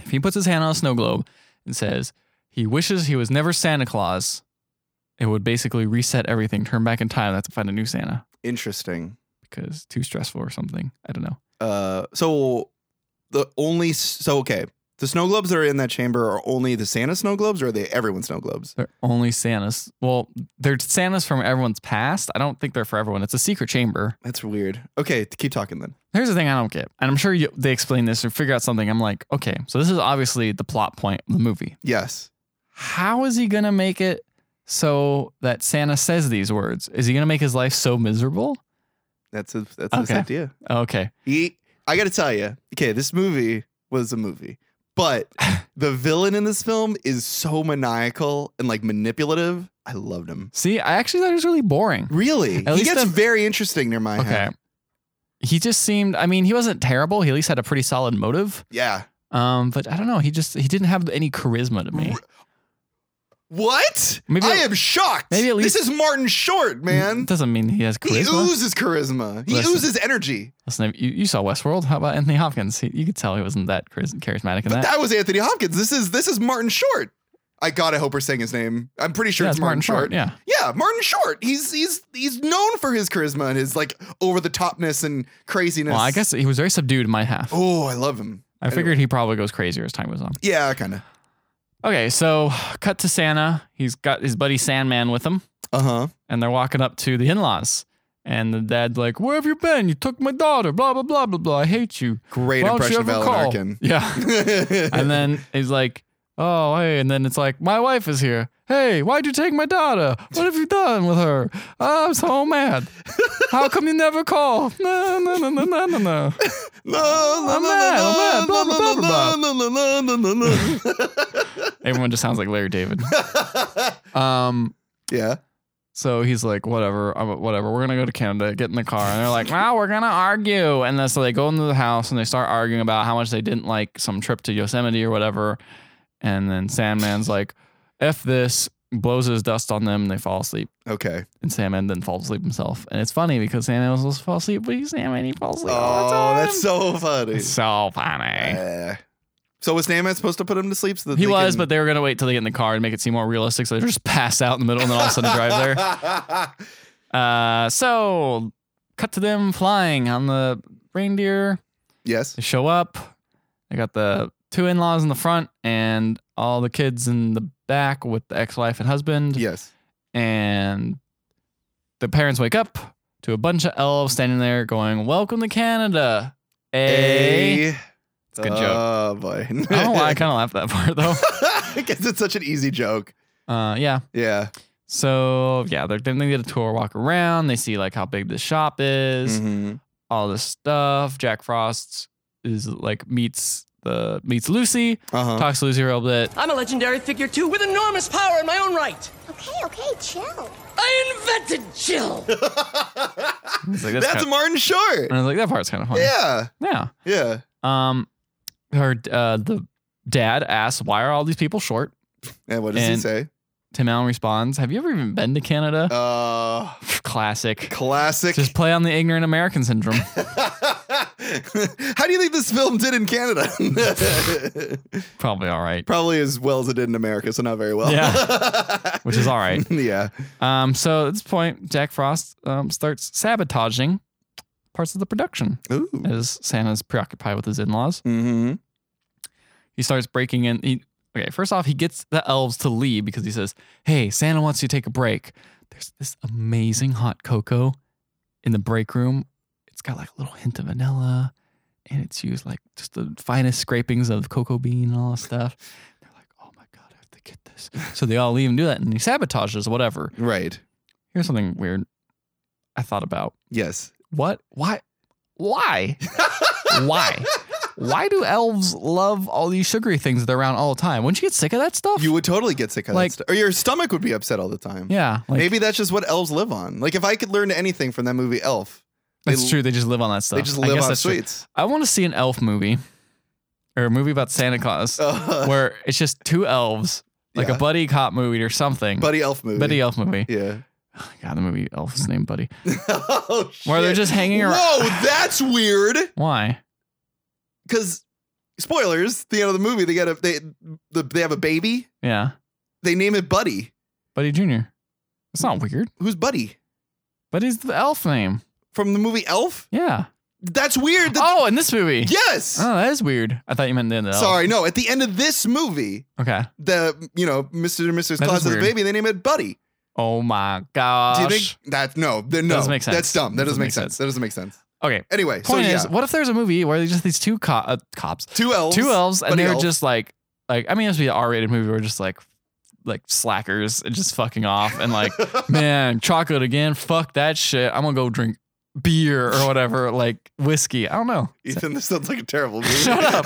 [SPEAKER 1] If he puts his hand on a snow globe and says he wishes he was never Santa Claus, it would basically reset everything, turn back in time. That's to find a new Santa
[SPEAKER 2] Interesting.
[SPEAKER 1] because too stressful or something. I don't know.
[SPEAKER 2] Uh, so the only so okay, the snow globes that are in that chamber are only the Santa snow globes, or are they everyone's snow globes?
[SPEAKER 1] They're only Santas. Well, they're Santas from everyone's past. I don't think they're for everyone. It's a secret chamber.
[SPEAKER 2] That's weird. Okay, keep talking then.
[SPEAKER 1] Here's the thing I don't get, and I'm sure you, they explain this or figure out something. I'm like, okay, so this is obviously the plot point of the movie.
[SPEAKER 2] Yes.
[SPEAKER 1] How is he gonna make it so that Santa says these words? Is he gonna make his life so miserable?
[SPEAKER 2] That's a, that's this
[SPEAKER 1] Okay.
[SPEAKER 2] idea.
[SPEAKER 1] Okay,
[SPEAKER 2] He, I got to tell you, okay, this movie was a movie, but the villain in this film is so maniacal and like manipulative. I loved him.
[SPEAKER 1] see, I actually thought it was really boring.
[SPEAKER 2] Really,
[SPEAKER 1] At
[SPEAKER 2] he
[SPEAKER 1] least
[SPEAKER 2] gets
[SPEAKER 1] the-
[SPEAKER 2] very interesting near my
[SPEAKER 1] Okay,
[SPEAKER 2] head.
[SPEAKER 1] he just seemed. I mean, he wasn't terrible. He at least had a pretty solid motive.
[SPEAKER 2] Yeah.
[SPEAKER 1] Um, but I don't know. He just he didn't have any charisma to me.
[SPEAKER 2] R- What?
[SPEAKER 1] Maybe-
[SPEAKER 2] I am shocked.
[SPEAKER 1] maybe at
[SPEAKER 2] this is Martin Short, man.
[SPEAKER 1] doesn't mean he has
[SPEAKER 2] He
[SPEAKER 1] charisma.
[SPEAKER 2] oozes charisma. He
[SPEAKER 1] Listen.
[SPEAKER 2] oozes energy.
[SPEAKER 1] Listen, you, you saw Westworld. How about Anthony Hopkins? He, you could tell he wasn't that charis- charismatic in
[SPEAKER 2] But
[SPEAKER 1] that.
[SPEAKER 2] that was Anthony Hopkins. This is this is Martin Short. I God, I hope we're saying his name. I'm pretty sure
[SPEAKER 1] Yeah,
[SPEAKER 2] it's Martin, Short.
[SPEAKER 1] Yeah.
[SPEAKER 2] Yeah, Martin Short. He's he's he's known for his charisma and his like over the topness and craziness.
[SPEAKER 1] Well, I guess he was very subdued in my half.
[SPEAKER 2] Oh, I love him.
[SPEAKER 1] I figured he probably goes crazier as time goes on.
[SPEAKER 2] Yeah, kind of.
[SPEAKER 1] Okay, so cut to Santa. He's got his buddy Sandman with him,
[SPEAKER 2] Uh huh.
[SPEAKER 1] and they're walking up to the in-laws. And the dad's like, "Where have you been? You took my daughter. Blah blah blah blah blah. I hate you.
[SPEAKER 2] Great
[SPEAKER 1] Why don't you
[SPEAKER 2] impression of
[SPEAKER 1] ever
[SPEAKER 2] Alan
[SPEAKER 1] call?"
[SPEAKER 2] Arkin.
[SPEAKER 1] Yeah. and then he's like, "Oh, hey!" And then it's like, "My wife is here. Hey, why'd you take my daughter? What have you done with her? Ah, I'm so mad. How come you never call? No, no, no, no, no, no, no.
[SPEAKER 2] La, la,
[SPEAKER 1] I'm
[SPEAKER 2] la,
[SPEAKER 1] mad, I'm mad,
[SPEAKER 2] la,
[SPEAKER 1] blah,
[SPEAKER 2] la,
[SPEAKER 1] blah, blah,
[SPEAKER 2] la, la, la, la, la, la.
[SPEAKER 1] Everyone just sounds like Larry David. Um,
[SPEAKER 2] Yeah.
[SPEAKER 1] so he's like, "Whatever, I'm- whatever. We're gonna go to Canada. Get in the car." And they're like, "Wow, we're gonna argue." And then so they go into the house and they start arguing about how much they didn't like some trip to Yosemite or whatever. And then Sandman's like, "F this." Blows his dust on them and they fall asleep.
[SPEAKER 2] Okay.
[SPEAKER 1] and Sandman then falls asleep himself. And it's funny because Sandman was supposed to fall asleep, but he's Sandman, he falls asleep all the
[SPEAKER 2] Oh,
[SPEAKER 1] time.
[SPEAKER 2] that's so funny.
[SPEAKER 1] It's so funny.
[SPEAKER 2] Yeah. So was Naaman supposed to put him to sleep? So that
[SPEAKER 1] he
[SPEAKER 2] they
[SPEAKER 1] was,
[SPEAKER 2] can-
[SPEAKER 1] but they were gonna wait till they get in the car and make it seem more realistic, so they just pass out in the middle and then all of a sudden drive there. Uh, so cut to them flying on the reindeer.
[SPEAKER 2] yes.
[SPEAKER 1] They show up. They got the two in-laws in the front and all the kids in the back with the ex-wife and husband.
[SPEAKER 2] Yes.
[SPEAKER 1] and the parents wake up to a bunch of elves standing there going, "Welcome to Canada." A. It's a good joke.
[SPEAKER 2] Oh boy.
[SPEAKER 1] I don't know why I kind of laughed at that part though.
[SPEAKER 2] Because it's such an easy joke.
[SPEAKER 1] Uh, yeah.
[SPEAKER 2] Yeah.
[SPEAKER 1] So yeah, they're then they get a tour, walk around. They see like how big the shop is,
[SPEAKER 2] Mhm.
[SPEAKER 1] all this stuff. Jack Frost is like meets the meets Lucy,
[SPEAKER 2] Uh-huh.
[SPEAKER 1] talks to Lucy a little bit.
[SPEAKER 3] I'm a legendary figure too, with enormous power in my own right.
[SPEAKER 4] Okay, okay, chill.
[SPEAKER 3] I invented Jill.
[SPEAKER 1] It's like, that's
[SPEAKER 2] That's
[SPEAKER 1] kind of-
[SPEAKER 2] Martin Short.
[SPEAKER 1] and I was like, that part's kind of funny.
[SPEAKER 2] Yeah.
[SPEAKER 1] Yeah.
[SPEAKER 2] Yeah.
[SPEAKER 1] Um, her uh, the dad asks, "Why are all these people short?"
[SPEAKER 2] And what does he
[SPEAKER 1] And-
[SPEAKER 2] say?
[SPEAKER 1] Tim Allen responds, Have you ever even been to Canada?
[SPEAKER 2] Uh
[SPEAKER 1] Oh. Classic.
[SPEAKER 2] classic.
[SPEAKER 1] Just play on the ignorant American syndrome.
[SPEAKER 2] How do you think this film did in Canada?
[SPEAKER 1] Probably all right,
[SPEAKER 2] Probably as well as it did in America, so not very well. Yeah.
[SPEAKER 1] which is all right.
[SPEAKER 2] yeah.
[SPEAKER 1] Um, so at this point, Jack Frost um, starts sabotaging parts of the production
[SPEAKER 2] Ooh.
[SPEAKER 1] as Santa's preoccupied with his in laws.
[SPEAKER 2] Mm-hmm.
[SPEAKER 1] He starts breaking in. He, okay, first off, he gets the elves to leave because he says, Hey, Santa wants you to take a break. There's this amazing hot cocoa in the break room. It's got like a little hint of vanilla and it's used like just the finest scrapings of cocoa bean and all that stuff. They're like, Oh my God, I have to get this. So they all leave and do that and he sabotages whatever.
[SPEAKER 2] Right.
[SPEAKER 1] Here's something weird I thought about.
[SPEAKER 2] Yes.
[SPEAKER 1] What? Why? Why? Why? why do elves love all these sugary things that they're around all the time? Wouldn't you get sick of that stuff?
[SPEAKER 2] You would totally get sick of
[SPEAKER 1] Like-
[SPEAKER 2] that stuff. Or your stomach would be upset all the time.
[SPEAKER 1] yeah, like,
[SPEAKER 2] Maybe that's just what elves live on. Like if I could learn anything from that movie Elf,
[SPEAKER 1] that's
[SPEAKER 2] they-
[SPEAKER 1] true. They just live on that stuff.
[SPEAKER 2] they just
[SPEAKER 1] I
[SPEAKER 2] live
[SPEAKER 1] guess
[SPEAKER 2] on
[SPEAKER 1] that's true.
[SPEAKER 2] sweets.
[SPEAKER 1] I want to see an elf movie or a movie about Santa Claus
[SPEAKER 2] Uh,
[SPEAKER 1] where it's just two elves, like
[SPEAKER 2] Yeah.
[SPEAKER 1] a buddy cop movie or something.
[SPEAKER 2] Buddy Elf movie.
[SPEAKER 1] Buddy elf movie.
[SPEAKER 2] Yeah.
[SPEAKER 1] God, the movie Elf is named Buddy.
[SPEAKER 2] oh, shit.
[SPEAKER 1] Where they're just hanging around.
[SPEAKER 2] Whoa, that's weird.
[SPEAKER 1] Why?
[SPEAKER 2] Because spoilers, the end of the movie, they got a they the, they have a baby.
[SPEAKER 1] Yeah.
[SPEAKER 2] They name it Buddy.
[SPEAKER 1] Buddy Jr. It's not weird.
[SPEAKER 2] Who's Buddy
[SPEAKER 1] Buddy's the elf name.
[SPEAKER 2] from the movie Elf?
[SPEAKER 1] Yeah.
[SPEAKER 2] That's weird. That-
[SPEAKER 1] Oh, in this movie.
[SPEAKER 2] yes.
[SPEAKER 1] Oh, that is weird. I thought you meant the end of the elf.
[SPEAKER 2] Sorry, no. At the end of this movie,
[SPEAKER 1] Okay.
[SPEAKER 2] the you know Mr. and Mrs.
[SPEAKER 1] That
[SPEAKER 2] Claus
[SPEAKER 1] is
[SPEAKER 2] has a
[SPEAKER 1] weird.
[SPEAKER 2] baby. They name it Buddy.
[SPEAKER 1] Oh my gosh.
[SPEAKER 2] Do you think that no, then no,
[SPEAKER 1] Doesn't make sense.
[SPEAKER 2] that's dumb. That doesn't make sense. That doesn't make sense.
[SPEAKER 1] Okay.
[SPEAKER 2] Anyway,
[SPEAKER 1] Point
[SPEAKER 2] so
[SPEAKER 1] is,
[SPEAKER 2] yeah,
[SPEAKER 1] what if there's a movie where there's just these two co- uh, cops,
[SPEAKER 2] two elves,
[SPEAKER 1] two elves, and
[SPEAKER 2] buddy
[SPEAKER 1] they're
[SPEAKER 2] elf.
[SPEAKER 1] just like, like I mean, it must be an R-rated movie where just like, like slackers and just fucking off and like, man, chocolate again. Fuck that shit. I'm gonna go drink beer or whatever, like whiskey. I don't know.
[SPEAKER 2] Ethan, this sounds like a terrible movie.
[SPEAKER 1] Shut up.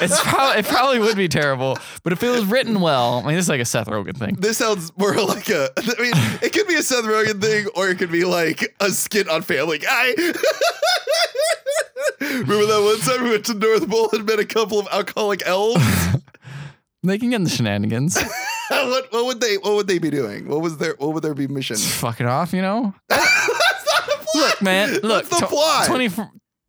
[SPEAKER 1] It's probably it probably would be terrible, but if it was written well, I mean, this is like a Seth Rogen thing.
[SPEAKER 2] This sounds more like a. I mean, it could be a Seth Rogen thing, or it could be like a skit on Family Guy. Remember that one time we went to North Pole and met a couple of alcoholic elves?
[SPEAKER 1] They can get in the shenanigans,
[SPEAKER 2] what, what would they What would they be doing? What was their What would their be mission?
[SPEAKER 1] Just fucking off, you know.
[SPEAKER 2] That's not the plot.
[SPEAKER 1] Look, man, look.
[SPEAKER 2] That's the plot.
[SPEAKER 1] Twenty,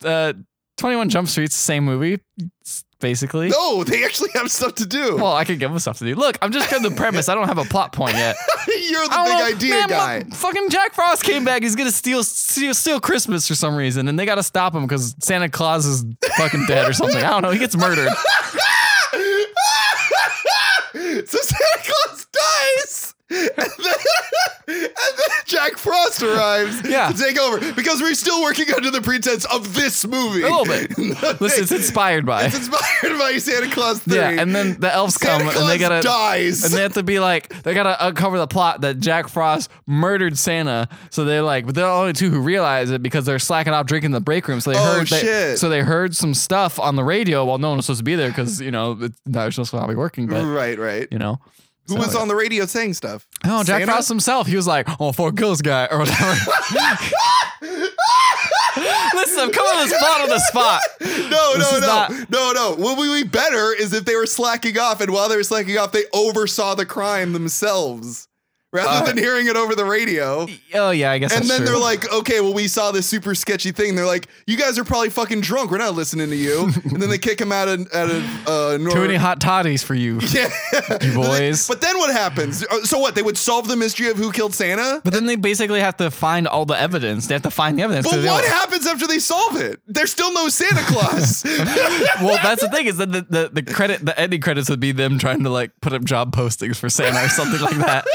[SPEAKER 1] uh, Twenty-One Jump Street's the same movie, s- basically.
[SPEAKER 2] No, they actually have stuff to do.
[SPEAKER 1] Well, I could give them stuff to do. Look, I'm just getting the premise. I don't have a plot point yet.
[SPEAKER 2] You're the
[SPEAKER 1] I don't
[SPEAKER 2] big
[SPEAKER 1] know.
[SPEAKER 2] idea
[SPEAKER 1] Man,
[SPEAKER 2] guy.
[SPEAKER 1] look, fucking Jack Frost came back. He's gonna steal, steal steal Christmas for some reason, and they gotta stop him because Santa Claus is fucking dead or something. I don't know. He gets murdered.
[SPEAKER 2] so Santa Claus dies, and then, and then Jack Frost arrives
[SPEAKER 1] Yeah.
[SPEAKER 2] to take over because we're still working under the pretense of this movie.
[SPEAKER 1] A little bit. Listen, it's inspired by.
[SPEAKER 2] It's inspired by Santa Claus Three.
[SPEAKER 1] Yeah, and then the elves
[SPEAKER 2] Santa
[SPEAKER 1] come
[SPEAKER 2] Claus
[SPEAKER 1] and they gotta
[SPEAKER 2] dies.
[SPEAKER 1] and they have to be like they gotta uncover the plot that Jack Frost murdered Santa. So they're like, but they're the only two who realize it because they're slacking off drinking in the break room. So they
[SPEAKER 2] Oh,
[SPEAKER 1] heard they-
[SPEAKER 2] shit.
[SPEAKER 1] so they heard some stuff on the radio while no one was supposed to be there because you know it's- they're supposed to not be working, but
[SPEAKER 2] right, right.
[SPEAKER 1] you know.
[SPEAKER 2] Who
[SPEAKER 1] So-
[SPEAKER 2] was on the radio saying stuff?
[SPEAKER 1] No, Jack
[SPEAKER 2] Santa?
[SPEAKER 1] Frost himself. He was like, "Oh, four kills guy," or whatever. Listen, I'm coming to this plot on the spot.
[SPEAKER 2] No,
[SPEAKER 1] This
[SPEAKER 2] no,
[SPEAKER 1] is
[SPEAKER 2] no,
[SPEAKER 1] not-
[SPEAKER 2] no, no. What would be better is if they were slacking off, and while they were slacking off, they oversaw the crime themselves rather
[SPEAKER 1] Uh,
[SPEAKER 2] than hearing it over the radio.
[SPEAKER 1] Oh yeah, I guess.
[SPEAKER 2] And
[SPEAKER 1] that's
[SPEAKER 2] then
[SPEAKER 1] true.
[SPEAKER 2] they're like, okay, well, we saw this super sketchy thing. They're like, you guys are probably fucking drunk. We're not listening to you. and then they kick him out of, out of uh, Nor-
[SPEAKER 1] "Too many hot toddies for you."
[SPEAKER 2] Yeah. You
[SPEAKER 1] boys.
[SPEAKER 2] But then what happens? Uh, So what? They would solve the mystery of who killed Santa?
[SPEAKER 1] But then they basically have to find all the evidence. They have to find the evidence.
[SPEAKER 2] But
[SPEAKER 1] So they
[SPEAKER 2] what
[SPEAKER 1] don't-
[SPEAKER 2] happens after they solve it? There's still no Santa Claus.
[SPEAKER 1] well, that's the thing is that the, the, the credit, the ending credits would be them trying to like put up job postings for Santa or something like that.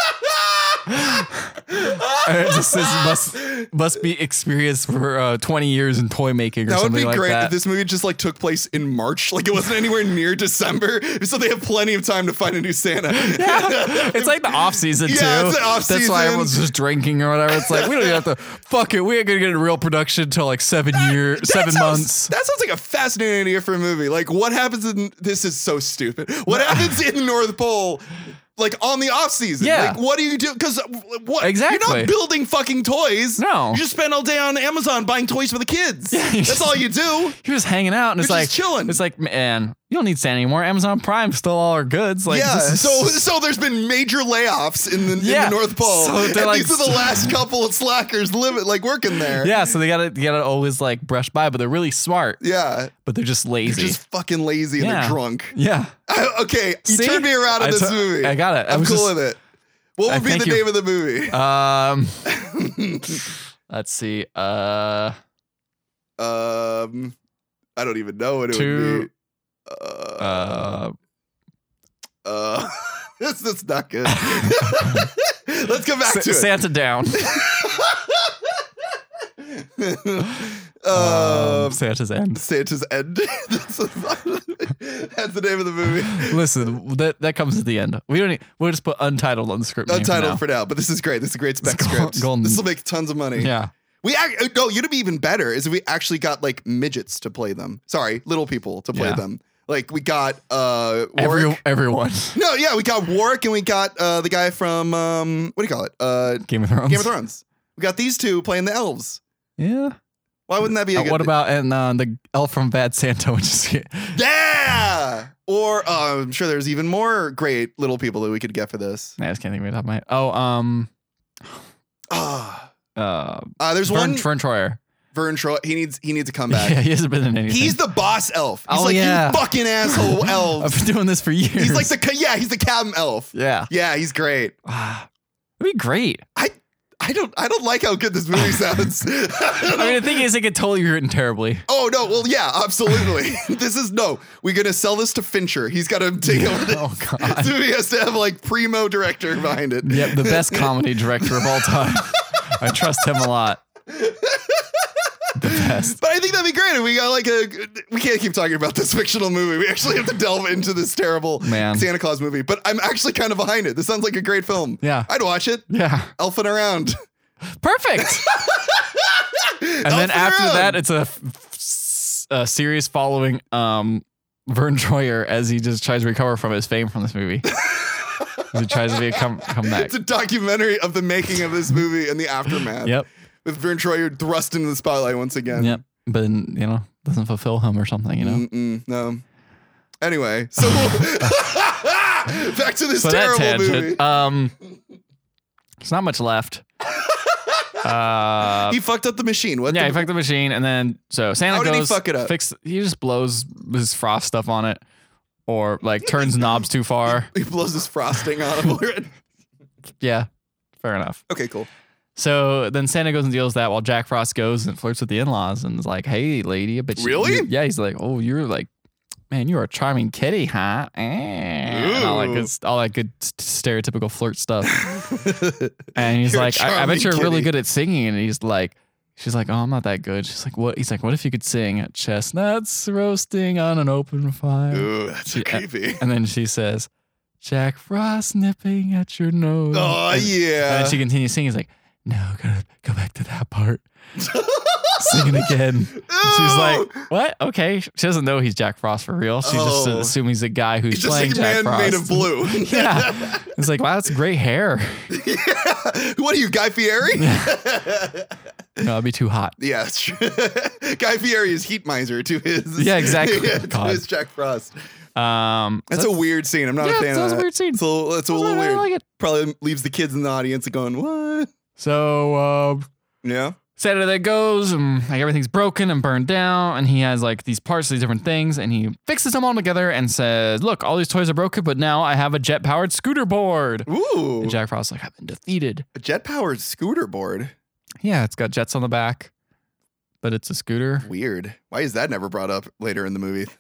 [SPEAKER 1] Or it just says must must be experienced for uh, twenty years in toy making or
[SPEAKER 2] That would
[SPEAKER 1] something
[SPEAKER 2] be
[SPEAKER 1] like
[SPEAKER 2] great if
[SPEAKER 1] that.
[SPEAKER 2] this movie just like took place in March. Like it wasn't anywhere near December. So they have plenty of time to find a new Santa.
[SPEAKER 1] it's like the off season
[SPEAKER 2] Yeah,
[SPEAKER 1] too.
[SPEAKER 2] it's the off
[SPEAKER 1] That's why
[SPEAKER 2] season.
[SPEAKER 1] everyone's just drinking or whatever. It's like we don't even have to fuck it. We ain't gonna get into real production until like seven year,
[SPEAKER 2] That
[SPEAKER 1] seven
[SPEAKER 2] sounds-
[SPEAKER 1] months.
[SPEAKER 2] That sounds like a fascinating idea for a movie. Like what happens in this is so stupid. What happens in the North Pole? Like on the off season,
[SPEAKER 1] Yeah.
[SPEAKER 2] Like what do you do? Because what You're
[SPEAKER 1] Exactly.
[SPEAKER 2] not building fucking toys.
[SPEAKER 1] No.
[SPEAKER 2] you just spend all day on Amazon buying toys for the kids.
[SPEAKER 1] you
[SPEAKER 2] That's
[SPEAKER 1] just-
[SPEAKER 2] all you do.
[SPEAKER 1] He was hanging out and it's
[SPEAKER 2] You're
[SPEAKER 1] like
[SPEAKER 2] just chilling.
[SPEAKER 1] It's like man, you don't need Santa anymore. Amazon Prime stole all our goods. Like
[SPEAKER 2] yeah.
[SPEAKER 1] this is-
[SPEAKER 2] So so there's been major layoffs in the,
[SPEAKER 1] Yeah.
[SPEAKER 2] in the North Pole.
[SPEAKER 1] So
[SPEAKER 2] and
[SPEAKER 1] they're like-
[SPEAKER 2] these are the last couple of slackers living like working there.
[SPEAKER 1] yeah, so they gotta they gotta always like brush by, but they're really smart,
[SPEAKER 2] Yeah.
[SPEAKER 1] but they're just
[SPEAKER 2] They're
[SPEAKER 1] lazy.
[SPEAKER 2] just fucking lazy and
[SPEAKER 1] Yeah.
[SPEAKER 2] they're drunk.
[SPEAKER 1] yeah,
[SPEAKER 2] I, okay, you
[SPEAKER 1] See?
[SPEAKER 2] turned me around in
[SPEAKER 1] I
[SPEAKER 2] this
[SPEAKER 1] tu-
[SPEAKER 2] movie.
[SPEAKER 1] I got it. I
[SPEAKER 2] I'm
[SPEAKER 1] was
[SPEAKER 2] cool
[SPEAKER 1] just-
[SPEAKER 2] with it. What
[SPEAKER 1] I
[SPEAKER 2] would be
[SPEAKER 1] thank
[SPEAKER 2] the
[SPEAKER 1] you.
[SPEAKER 2] name of the movie?
[SPEAKER 1] um, let's see, uh,
[SPEAKER 2] um, I don't even know what it
[SPEAKER 1] Two-
[SPEAKER 2] would be. Uh,
[SPEAKER 1] uh,
[SPEAKER 2] uh, this that's not good. Let's go back
[SPEAKER 1] S-
[SPEAKER 2] to it.
[SPEAKER 1] Santa down,
[SPEAKER 2] um,
[SPEAKER 1] um, Santa's end.
[SPEAKER 2] Santa's end. that's, that's the name of the movie.
[SPEAKER 1] Listen, that that comes at the end. We don't. Need, we'll just put untitled on the script. name
[SPEAKER 2] Untitled
[SPEAKER 1] for
[SPEAKER 2] for now, but this is great. This is a great spec
[SPEAKER 1] It's gol-
[SPEAKER 2] script.
[SPEAKER 1] golden.
[SPEAKER 2] This will make tons of money.
[SPEAKER 1] now. yeah.
[SPEAKER 2] We ac- no, you'd be even better is if we actually got like midgets to play them. Sorry, little people to play
[SPEAKER 1] Yeah.
[SPEAKER 2] them. Like we got uh Warwick.
[SPEAKER 1] Every, everyone.
[SPEAKER 2] no, yeah, we got Warwick and we got uh the guy from um what do you call it? Uh
[SPEAKER 1] Game of Thrones.
[SPEAKER 2] Game of Thrones. We got these two playing the elves.
[SPEAKER 1] Yeah.
[SPEAKER 2] Why wouldn't that be a
[SPEAKER 1] Uh,
[SPEAKER 2] good
[SPEAKER 1] what about and uh, the elf from Bad Santa? Which is
[SPEAKER 2] Yeah. Or uh, I'm sure there's even more great little people that we could get for this.
[SPEAKER 1] I just can't think of it off the top of my head. Oh, um,
[SPEAKER 2] Ah.
[SPEAKER 1] uh,
[SPEAKER 2] Uh, there's
[SPEAKER 1] Vern,
[SPEAKER 2] one
[SPEAKER 1] Vern Troyer.
[SPEAKER 2] Vern Troy. He needs he needs a comeback.
[SPEAKER 1] Yeah, he hasn't been in anything.
[SPEAKER 2] He's the boss elf. He's
[SPEAKER 1] Oh,
[SPEAKER 2] like
[SPEAKER 1] yeah.
[SPEAKER 2] you fucking asshole elf.
[SPEAKER 1] I've been doing this for years.
[SPEAKER 2] He's like the ca- yeah, he's the cabin elf.
[SPEAKER 1] yeah.
[SPEAKER 2] Yeah, he's great.
[SPEAKER 1] Ah, It'd be great.
[SPEAKER 2] I I don't I don't like how good this movie sounds.
[SPEAKER 1] I mean, the thing is, it could totally be written terribly.
[SPEAKER 2] oh no, well yeah, absolutely. this is no. We're gonna sell this to Fincher. He's got to take over this.
[SPEAKER 1] Oh god.
[SPEAKER 2] So he has to have like primo director behind it.
[SPEAKER 1] Yep, the best comedy director of all time. I trust him a lot. The best.
[SPEAKER 2] But I think that'd be great if we got like a. We can't keep talking about this fictional movie. We actually have to delve into this terrible
[SPEAKER 1] Man.
[SPEAKER 2] Santa Claus movie. But I'm actually kind of behind it. This sounds like a great film.
[SPEAKER 1] Yeah.
[SPEAKER 2] I'd watch it.
[SPEAKER 1] Yeah.
[SPEAKER 2] Elfing around.
[SPEAKER 1] Perfect. and then
[SPEAKER 2] Elfing
[SPEAKER 1] after
[SPEAKER 2] around.
[SPEAKER 1] that, it's a, f- s- a series following um, Vern Troyer as he just tries to recover from his fame from this movie. As he tries to be a come comeback.
[SPEAKER 2] It's a documentary of the making of this movie and the aftermath.
[SPEAKER 1] Yep.
[SPEAKER 2] With Vern Troyer thrust into the spotlight once again.
[SPEAKER 1] Yep. But then, you know, doesn't fulfill him or something, you know.
[SPEAKER 2] Mm-mm, no. Anyway, so back to this
[SPEAKER 1] So that
[SPEAKER 2] terrible movie.
[SPEAKER 1] tangent. Um, it's not much left. Uh,
[SPEAKER 2] he fucked up the machine. What?
[SPEAKER 1] yeah, he
[SPEAKER 2] the,
[SPEAKER 1] fucked the machine, and then so Santa
[SPEAKER 2] How did
[SPEAKER 1] goes.
[SPEAKER 2] he fuck it up?
[SPEAKER 1] Fix. He just blows his frost stuff on it, or like turns knobs too far.
[SPEAKER 2] he blows his frosting on him.
[SPEAKER 1] Yeah, fair enough.
[SPEAKER 2] okay, cool.
[SPEAKER 1] So then Santa goes and deals with that while Jack Frost goes and flirts with the in-laws and is like, "Hey, lady, I bet you."
[SPEAKER 2] Really?
[SPEAKER 1] Yeah, he's like, "Oh, you're like, man, you're a charming kitty, huh?" Eh," And all that
[SPEAKER 2] Ooh.
[SPEAKER 1] good, all that good s- stereotypical flirt stuff. and he's
[SPEAKER 2] You're a
[SPEAKER 1] like, I, "I
[SPEAKER 2] charming
[SPEAKER 1] bet you're really
[SPEAKER 2] kitty."
[SPEAKER 1] good at singing." And he's like, "She's like, oh, I'm not that good." She's like, "What?" He's like, "What if you could sing chestnuts roasting on an open fire?"
[SPEAKER 2] Ooh, that's so
[SPEAKER 1] Yeah.
[SPEAKER 2] creepy.
[SPEAKER 1] And then she says, "Jack Frost nipping at your nose."
[SPEAKER 2] Oh
[SPEAKER 1] And- and
[SPEAKER 2] yeah.
[SPEAKER 1] then she continues singing. He's like, no, go, go back to that part. Sing it again. And She's like, what? Okay. She doesn't know he's Jack Frost for real. She just
[SPEAKER 2] Oh.
[SPEAKER 1] assumes he's a guy who's
[SPEAKER 2] It's just
[SPEAKER 1] playing
[SPEAKER 2] like a
[SPEAKER 1] Jack
[SPEAKER 2] man
[SPEAKER 1] Frost.
[SPEAKER 2] made of blue.
[SPEAKER 1] yeah. It's like, wow, that's great hair.
[SPEAKER 2] what are you, Guy Fieri?
[SPEAKER 1] No, it'd be too hot.
[SPEAKER 2] Yeah, that's true. Guy Fieri is heat miser to his
[SPEAKER 1] Yeah, exactly.
[SPEAKER 2] yeah, to
[SPEAKER 1] God.
[SPEAKER 2] his Jack Frost.
[SPEAKER 1] Um,
[SPEAKER 2] That's a weird scene. I'm not
[SPEAKER 1] Yeah,
[SPEAKER 2] a fan
[SPEAKER 1] that
[SPEAKER 2] of
[SPEAKER 1] was
[SPEAKER 2] that.
[SPEAKER 1] a weird scene.
[SPEAKER 2] It's a little, it's a
[SPEAKER 1] I
[SPEAKER 2] little
[SPEAKER 1] like
[SPEAKER 2] weird.
[SPEAKER 1] it.
[SPEAKER 2] Probably leaves the kids in the audience going, "What?"
[SPEAKER 1] So, um,
[SPEAKER 2] Yeah.
[SPEAKER 1] Saturday that goes, and like everything's broken and burned down, and he has like these parts, these different things, and he fixes them all together and says, "Look, all these toys are broken, but now I have a jet-powered scooter board."
[SPEAKER 2] Ooh,
[SPEAKER 1] And Jack Frost's like, "I've been defeated."
[SPEAKER 2] a jet-powered scooter board.
[SPEAKER 1] Yeah, it's got jets on the back, but it's a scooter
[SPEAKER 2] Weird. Why is that never brought up later in the movie?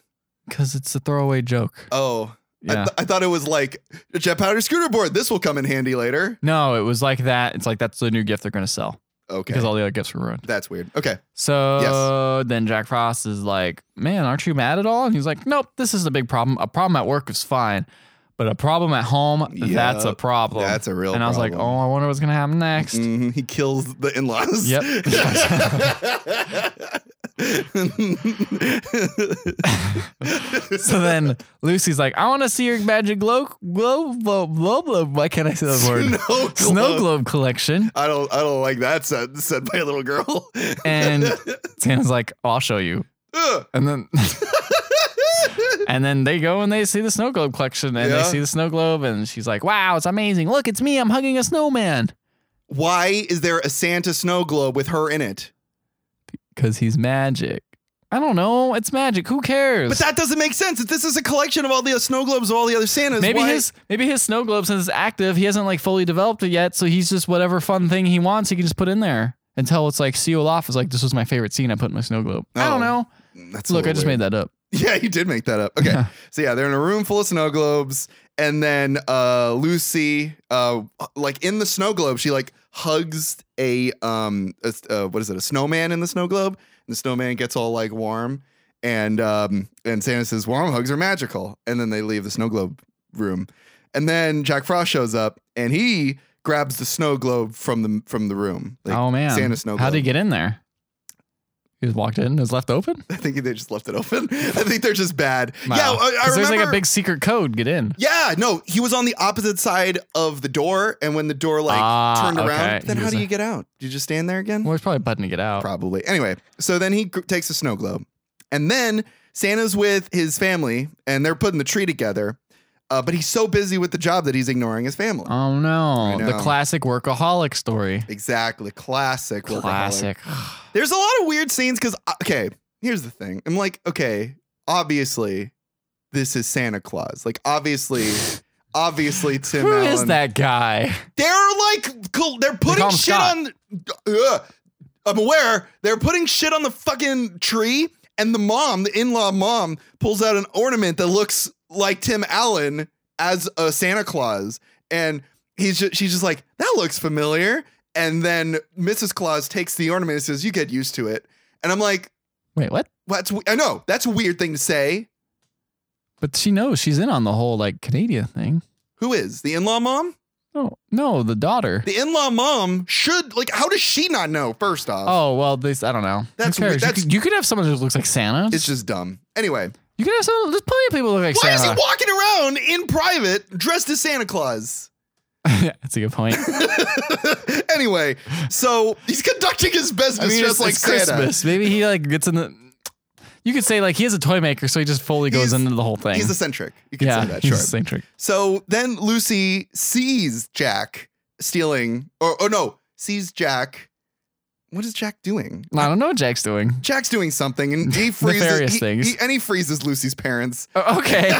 [SPEAKER 1] because it's a throwaway joke.
[SPEAKER 2] Oh, I,
[SPEAKER 1] Yeah.
[SPEAKER 2] th- I thought it was like a jet-powered scooter board. This will come in handy later.
[SPEAKER 1] No, it was like that. It's like that's the new gift they're gonna sell
[SPEAKER 2] Okay,
[SPEAKER 1] because all the other gifts were ruined.
[SPEAKER 2] that's weird. Okay,
[SPEAKER 1] So then Jack Frost is like, Man, aren't you mad at all? And he's like, Nope, this isn't a big problem. A problem at work is fine, but a problem at home, that's a
[SPEAKER 2] Yup,
[SPEAKER 1] problem.
[SPEAKER 2] that's a real.
[SPEAKER 1] and I was like,
[SPEAKER 2] problem.
[SPEAKER 1] Oh, I wonder what's going to happen next.
[SPEAKER 2] Mhm, he kills the in-laws.
[SPEAKER 1] Yep. So then Lucy's like, I want to see your magic glow, glow, glow, glow, glow. Why can't I say that word?
[SPEAKER 2] Snow globe.
[SPEAKER 1] Snow globe collection.
[SPEAKER 2] I don't. I don't like that said said by a little girl.
[SPEAKER 1] And Santa's like, oh, I'll show you.
[SPEAKER 2] Ugh.
[SPEAKER 1] And then. And then they go and they see the snow globe collection and
[SPEAKER 2] Yeah.
[SPEAKER 1] they see the snow globe and she's like, wow, it's amazing. Look, it's me. I'm hugging a snowman.
[SPEAKER 2] Why is there a Santa snow globe with her in it?
[SPEAKER 1] Because he's magic. I don't know. It's magic. Who cares?
[SPEAKER 2] But that doesn't make sense. If this is a collection of all the snow globes of all the other Santas,
[SPEAKER 1] maybe
[SPEAKER 2] why-
[SPEAKER 1] his maybe his snow globe since it's active, he hasn't like fully developed it yet, so he's just whatever fun thing he wants, he can just put in there until it's like see Olaf is like, this was my favorite scene I put in my snow globe. I don't
[SPEAKER 2] Oh.
[SPEAKER 1] know.
[SPEAKER 2] That's
[SPEAKER 1] Look, I just made that up.
[SPEAKER 2] Yeah, you did make that up. Okay,
[SPEAKER 1] Yeah.
[SPEAKER 2] so yeah, they're in a room full of snow globes, and then uh, Lucy, uh, like in the snow globe, she like hugs a um, a s- uh, what is it, a snowman in the snow globe, and the snowman gets all like warm, and um, and Santa says warm hugs are magical, and then they leave the snow globe room, and then Jack Frost shows up, and he grabs the snow globe from the from the room. Like,
[SPEAKER 1] oh man,
[SPEAKER 2] Santa's snow globe.
[SPEAKER 1] How'd he get in there? He just walked in. and was left open.
[SPEAKER 2] I think they just left it open. I think they're just bad. Yeah, I, I
[SPEAKER 1] 'Cause
[SPEAKER 2] remember.
[SPEAKER 1] there's like a big secret code. Get in.
[SPEAKER 2] yeah, no, he was on the opposite side of the door, and when the door like
[SPEAKER 1] Ah,
[SPEAKER 2] turned around,
[SPEAKER 1] okay.
[SPEAKER 2] then
[SPEAKER 1] He
[SPEAKER 2] how
[SPEAKER 1] was
[SPEAKER 2] do
[SPEAKER 1] a-
[SPEAKER 2] you get out? Do you just stand there again?
[SPEAKER 1] Well, he's probably buttoning it out.
[SPEAKER 2] Probably. Anyway, so then he gr- takes a snow globe, and then Santa's with his family, and they're putting the tree together. Uh, but he's so busy with the job that he's ignoring his family.
[SPEAKER 1] Oh no,
[SPEAKER 2] I
[SPEAKER 1] the
[SPEAKER 2] know.
[SPEAKER 1] classic workaholic story.
[SPEAKER 2] Exactly. Classic. workaholic.
[SPEAKER 1] Classic.
[SPEAKER 2] There's a lot of weird scenes because, okay, here's the thing. I'm like, okay, obviously, this is Santa Claus. Like, obviously, obviously, Tim
[SPEAKER 1] Who
[SPEAKER 2] Allen.
[SPEAKER 1] is that guy?
[SPEAKER 2] They're like, cool- they're putting
[SPEAKER 1] call him
[SPEAKER 2] shit
[SPEAKER 1] Scott.
[SPEAKER 2] on. Ugh. I'm aware. They're putting shit on the fucking tree, and the mom, the in law mom, pulls out an ornament that looks like Tim Allen as a Santa Claus. And he's just, she's just like, that looks familiar. And then Mrs. Claus takes the ornament and says, you get used to it. And I'm like,
[SPEAKER 1] Wait, what?
[SPEAKER 2] what's, I know, that's a weird thing to say.
[SPEAKER 1] But she knows she's in on the whole like Canada thing.
[SPEAKER 2] Who is the in law mom?
[SPEAKER 1] Oh no, the daughter.
[SPEAKER 2] The in law mom should, like, how does she not know, first off?
[SPEAKER 1] Oh well, this I don't know. Who
[SPEAKER 2] That's weird.
[SPEAKER 1] cares? You
[SPEAKER 2] That's-
[SPEAKER 1] could- you, could have someone who looks like Santa.
[SPEAKER 2] It's just dumb. Anyway,
[SPEAKER 1] you could have someone. There's plenty of people who look like
[SPEAKER 2] why is he
[SPEAKER 1] Santa.
[SPEAKER 2] walking around in private dressed as Santa Claus?
[SPEAKER 1] yeah, that's a good point.
[SPEAKER 2] anyway, so he's conducting his business
[SPEAKER 1] I mean, it's,
[SPEAKER 2] just like
[SPEAKER 1] it's
[SPEAKER 2] Santa.
[SPEAKER 1] Christmas. Maybe he like gets in the. You could say like he is a toy maker, so he just fully goes
[SPEAKER 2] He's-
[SPEAKER 1] into the whole thing.
[SPEAKER 2] He's eccentric. You can
[SPEAKER 1] yeah,
[SPEAKER 2] say that,
[SPEAKER 1] he's
[SPEAKER 2] sure.
[SPEAKER 1] eccentric.
[SPEAKER 2] So then Lucy sees Jack stealing, or oh no, sees Jack. What is Jack doing?
[SPEAKER 1] I don't know what Jack's doing.
[SPEAKER 2] Jack's doing something, and he freezes.
[SPEAKER 1] Nefarious
[SPEAKER 2] he-
[SPEAKER 1] things.
[SPEAKER 2] he- and he freezes Lucy's parents.
[SPEAKER 1] Oh, okay,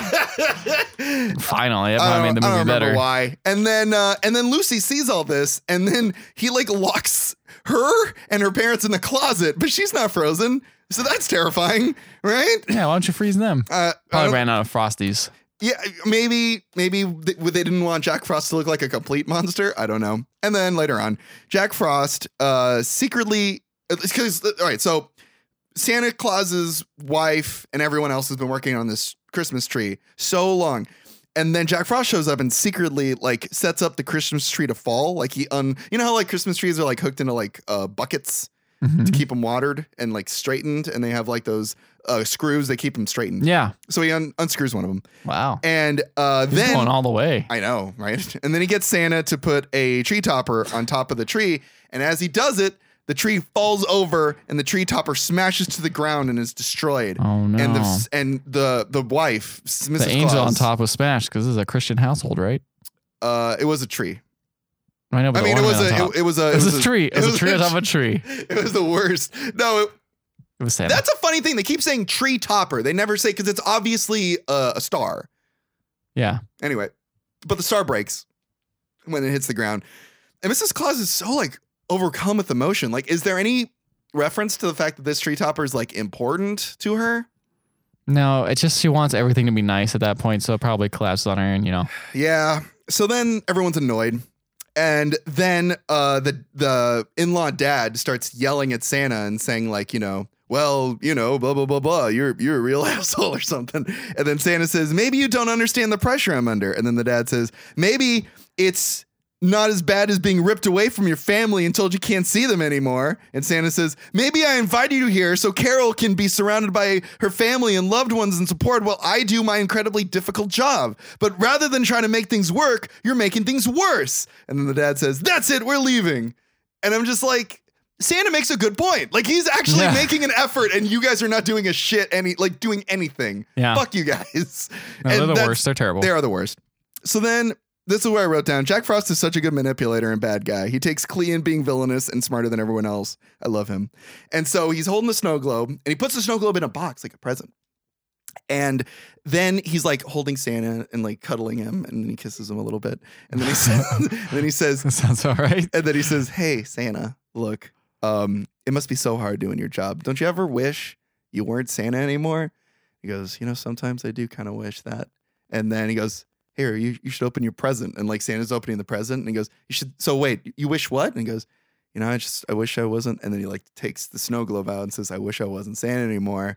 [SPEAKER 2] I
[SPEAKER 1] finally, that
[SPEAKER 2] don't,
[SPEAKER 1] made the
[SPEAKER 2] I don't
[SPEAKER 1] movie
[SPEAKER 2] remember
[SPEAKER 1] better.
[SPEAKER 2] why. And then uh, and then Lucy sees all this, and then he like locks her and her parents in the closet, but she's not frozen, so that's terrifying, right?
[SPEAKER 1] Yeah, why don't you freeze them?
[SPEAKER 2] Uh, I
[SPEAKER 1] Probably
[SPEAKER 2] don't-
[SPEAKER 1] ran out of frosties.
[SPEAKER 2] yeah, maybe maybe they, they didn't want Jack Frost to look like a complete monster. I don't know. And then later on, Jack Frost uh, secretly because all right, so Santa Claus's wife and everyone else has been working on this Christmas tree so long. And then Jack Frost shows up and secretly like sets up the Christmas tree to fall. Like he un, you know how like Christmas trees are like hooked into like uh, buckets
[SPEAKER 1] Mm-hmm.
[SPEAKER 2] to keep them watered and like straightened, and they have like those uh, screws that keep them straightened.
[SPEAKER 1] Yeah.
[SPEAKER 2] So he un- unscrews one of them,
[SPEAKER 1] Wow.
[SPEAKER 2] and uh,
[SPEAKER 1] He's
[SPEAKER 2] then
[SPEAKER 1] going all the way.
[SPEAKER 2] I know, right? And then he gets Santa to put a tree topper on top of the tree, and as he does it, the tree falls over, and the tree topper smashes to the ground and is destroyed.
[SPEAKER 1] Oh, no.
[SPEAKER 2] And the and the the wife, Mrs.
[SPEAKER 1] the angel
[SPEAKER 2] Claus,
[SPEAKER 1] on top was smashed because this is a Christian household, right?
[SPEAKER 2] Uh, it was a tree.
[SPEAKER 1] I know. But
[SPEAKER 2] I mean, it was a
[SPEAKER 1] It,
[SPEAKER 2] it, it was a
[SPEAKER 1] was, a tree. It was, a tree on top of a tree.
[SPEAKER 2] It was the worst. No, it,
[SPEAKER 1] It was Santa.
[SPEAKER 2] that's a funny thing. They keep saying tree topper. They never say because it's obviously uh, a star.
[SPEAKER 1] yeah.
[SPEAKER 2] Anyway, but the star breaks when it hits the ground. And Mrs. Claus is so like overcome with emotion. Like, is there any reference to the fact that this tree topper is like important to her?
[SPEAKER 1] No, it's just she wants everything to be nice at that point, so it probably collapses on her, and you know.
[SPEAKER 2] Yeah. So then everyone's annoyed. And then uh, the the in law dad starts yelling at Santa and saying like you know well you know blah blah blah blah you're you're a real asshole or something and then Santa says maybe you don't understand the pressure I'm under and then the dad says maybe it's not as bad as being ripped away from your family and told you can't see them anymore and Santa says maybe I invited you here so Carol can be surrounded by her family and loved ones and support while I do my incredibly difficult job but rather than trying to make things work you're making things worse and then the dad says that's it we're leaving and I'm just like, Santa makes a good point. Like he's actually
[SPEAKER 1] Yeah.
[SPEAKER 2] making an effort, and you guys are not doing a shit any like doing anything.
[SPEAKER 1] Yeah.
[SPEAKER 2] Fuck you guys.
[SPEAKER 1] No,
[SPEAKER 2] And
[SPEAKER 1] they're the
[SPEAKER 2] that's-
[SPEAKER 1] worst. They're terrible.
[SPEAKER 2] They are the worst. So then this is where I wrote down Jack Frost is such a good manipulator and bad guy. He takes Klee in being villainous and smarter than everyone else. I love him. And so he's holding the snow globe and he puts the snow globe in a box like a present. And then he's like holding Santa and like cuddling him and then he kisses him a little bit. And then he says, and then he says,
[SPEAKER 1] that sounds all right.
[SPEAKER 2] and then he says, "Hey Santa, look, um, it must be so hard doing your job. Don't you ever wish you weren't Santa anymore?" He goes, "You know, sometimes I do kind of wish that." And then he goes, "Here, you you should open your present." And like Santa's opening the present, and he goes, "You should." So wait, you wish what? And he goes, "You know, I just I wish I wasn't." And then he like takes the snow globe out and says, "I wish I wasn't Santa anymore."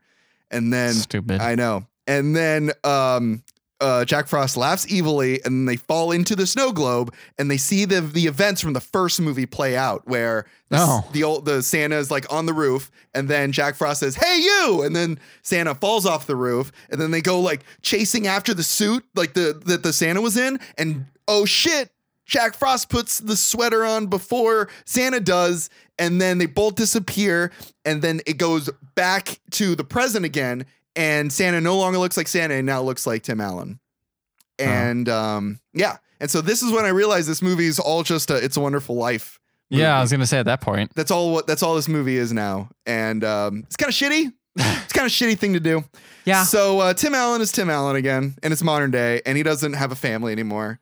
[SPEAKER 2] And then
[SPEAKER 1] Stupid.
[SPEAKER 2] I know. And then um uh, Jack Frost laughs evilly, and they fall into the snow globe, and they see the the events from the first movie play out, where the, s-
[SPEAKER 1] Oh.
[SPEAKER 2] the old the Santa is like on the roof, and then Jack Frost says, "Hey you!" and then Santa falls off the roof, and then they go like chasing after the suit like the that the Santa was in, and oh shit, Jack Frost puts the sweater on before Santa does, and then they both disappear, and then it goes back to the present again, and Santa no longer looks like Santa and now looks like Tim Allen. And um, yeah. And so this is when I realized this movie is all just a It's a Wonderful Life. movie.
[SPEAKER 1] Yeah, I was gonna say at that point.
[SPEAKER 2] That's all what that's all this movie is now. And um, it's kind of shitty. it's kind of shitty thing to do.
[SPEAKER 1] Yeah.
[SPEAKER 2] So uh, Tim Allen is Tim Allen again, and it's modern day, and he doesn't have a family anymore.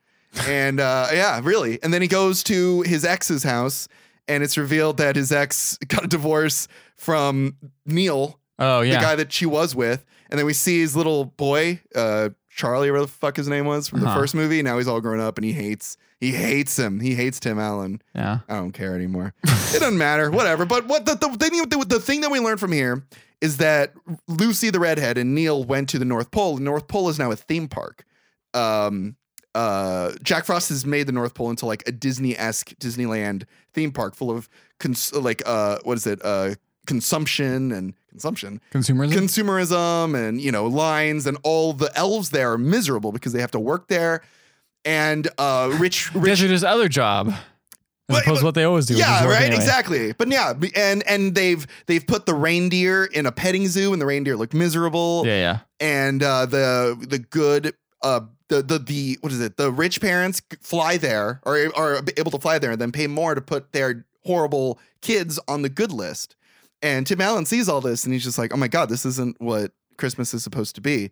[SPEAKER 2] And uh, yeah, really. And then he goes to his ex's house, and it's revealed that his ex got a divorce from Neil,
[SPEAKER 1] Oh
[SPEAKER 2] the
[SPEAKER 1] yeah.
[SPEAKER 2] guy that she was with. And then we see his little boy, uh, Charlie, whatever the fuck his name was from
[SPEAKER 1] Uh-huh.
[SPEAKER 2] the first movie. Now he's all grown up, and he hates he hates him. He hates Tim Allen.
[SPEAKER 1] Yeah.
[SPEAKER 2] I don't care anymore. it doesn't matter. Whatever. But what the, the thing the, the thing that we learned from here is that Lucy the redhead and Neil went to the North Pole. The North Pole is now a theme park. Um, uh, Jack Frost has made the North Pole into like a Disney esque Disneyland theme park full of cons- like uh, what is it? Uh, consumption and consumption
[SPEAKER 1] Consumerism.
[SPEAKER 2] consumerism and you know lines and all the elves there are miserable because they have to work there and uh rich rich
[SPEAKER 1] Guess it is other job. As
[SPEAKER 2] But-
[SPEAKER 1] opposed to what they always do. which is
[SPEAKER 2] yeah,
[SPEAKER 1] work
[SPEAKER 2] right.
[SPEAKER 1] anyway.
[SPEAKER 2] Exactly. But yeah, b- and and they've they've put the reindeer in a petting zoo, and the reindeer look miserable.
[SPEAKER 1] Yeah, yeah.
[SPEAKER 2] And uh, the the good uh the the the what is it? The rich parents g- fly there or are able to fly there, and then pay more to put their horrible kids on the good list. And Tim Allen sees all this, and he's just like, "Oh my god, this isn't what Christmas is supposed to be."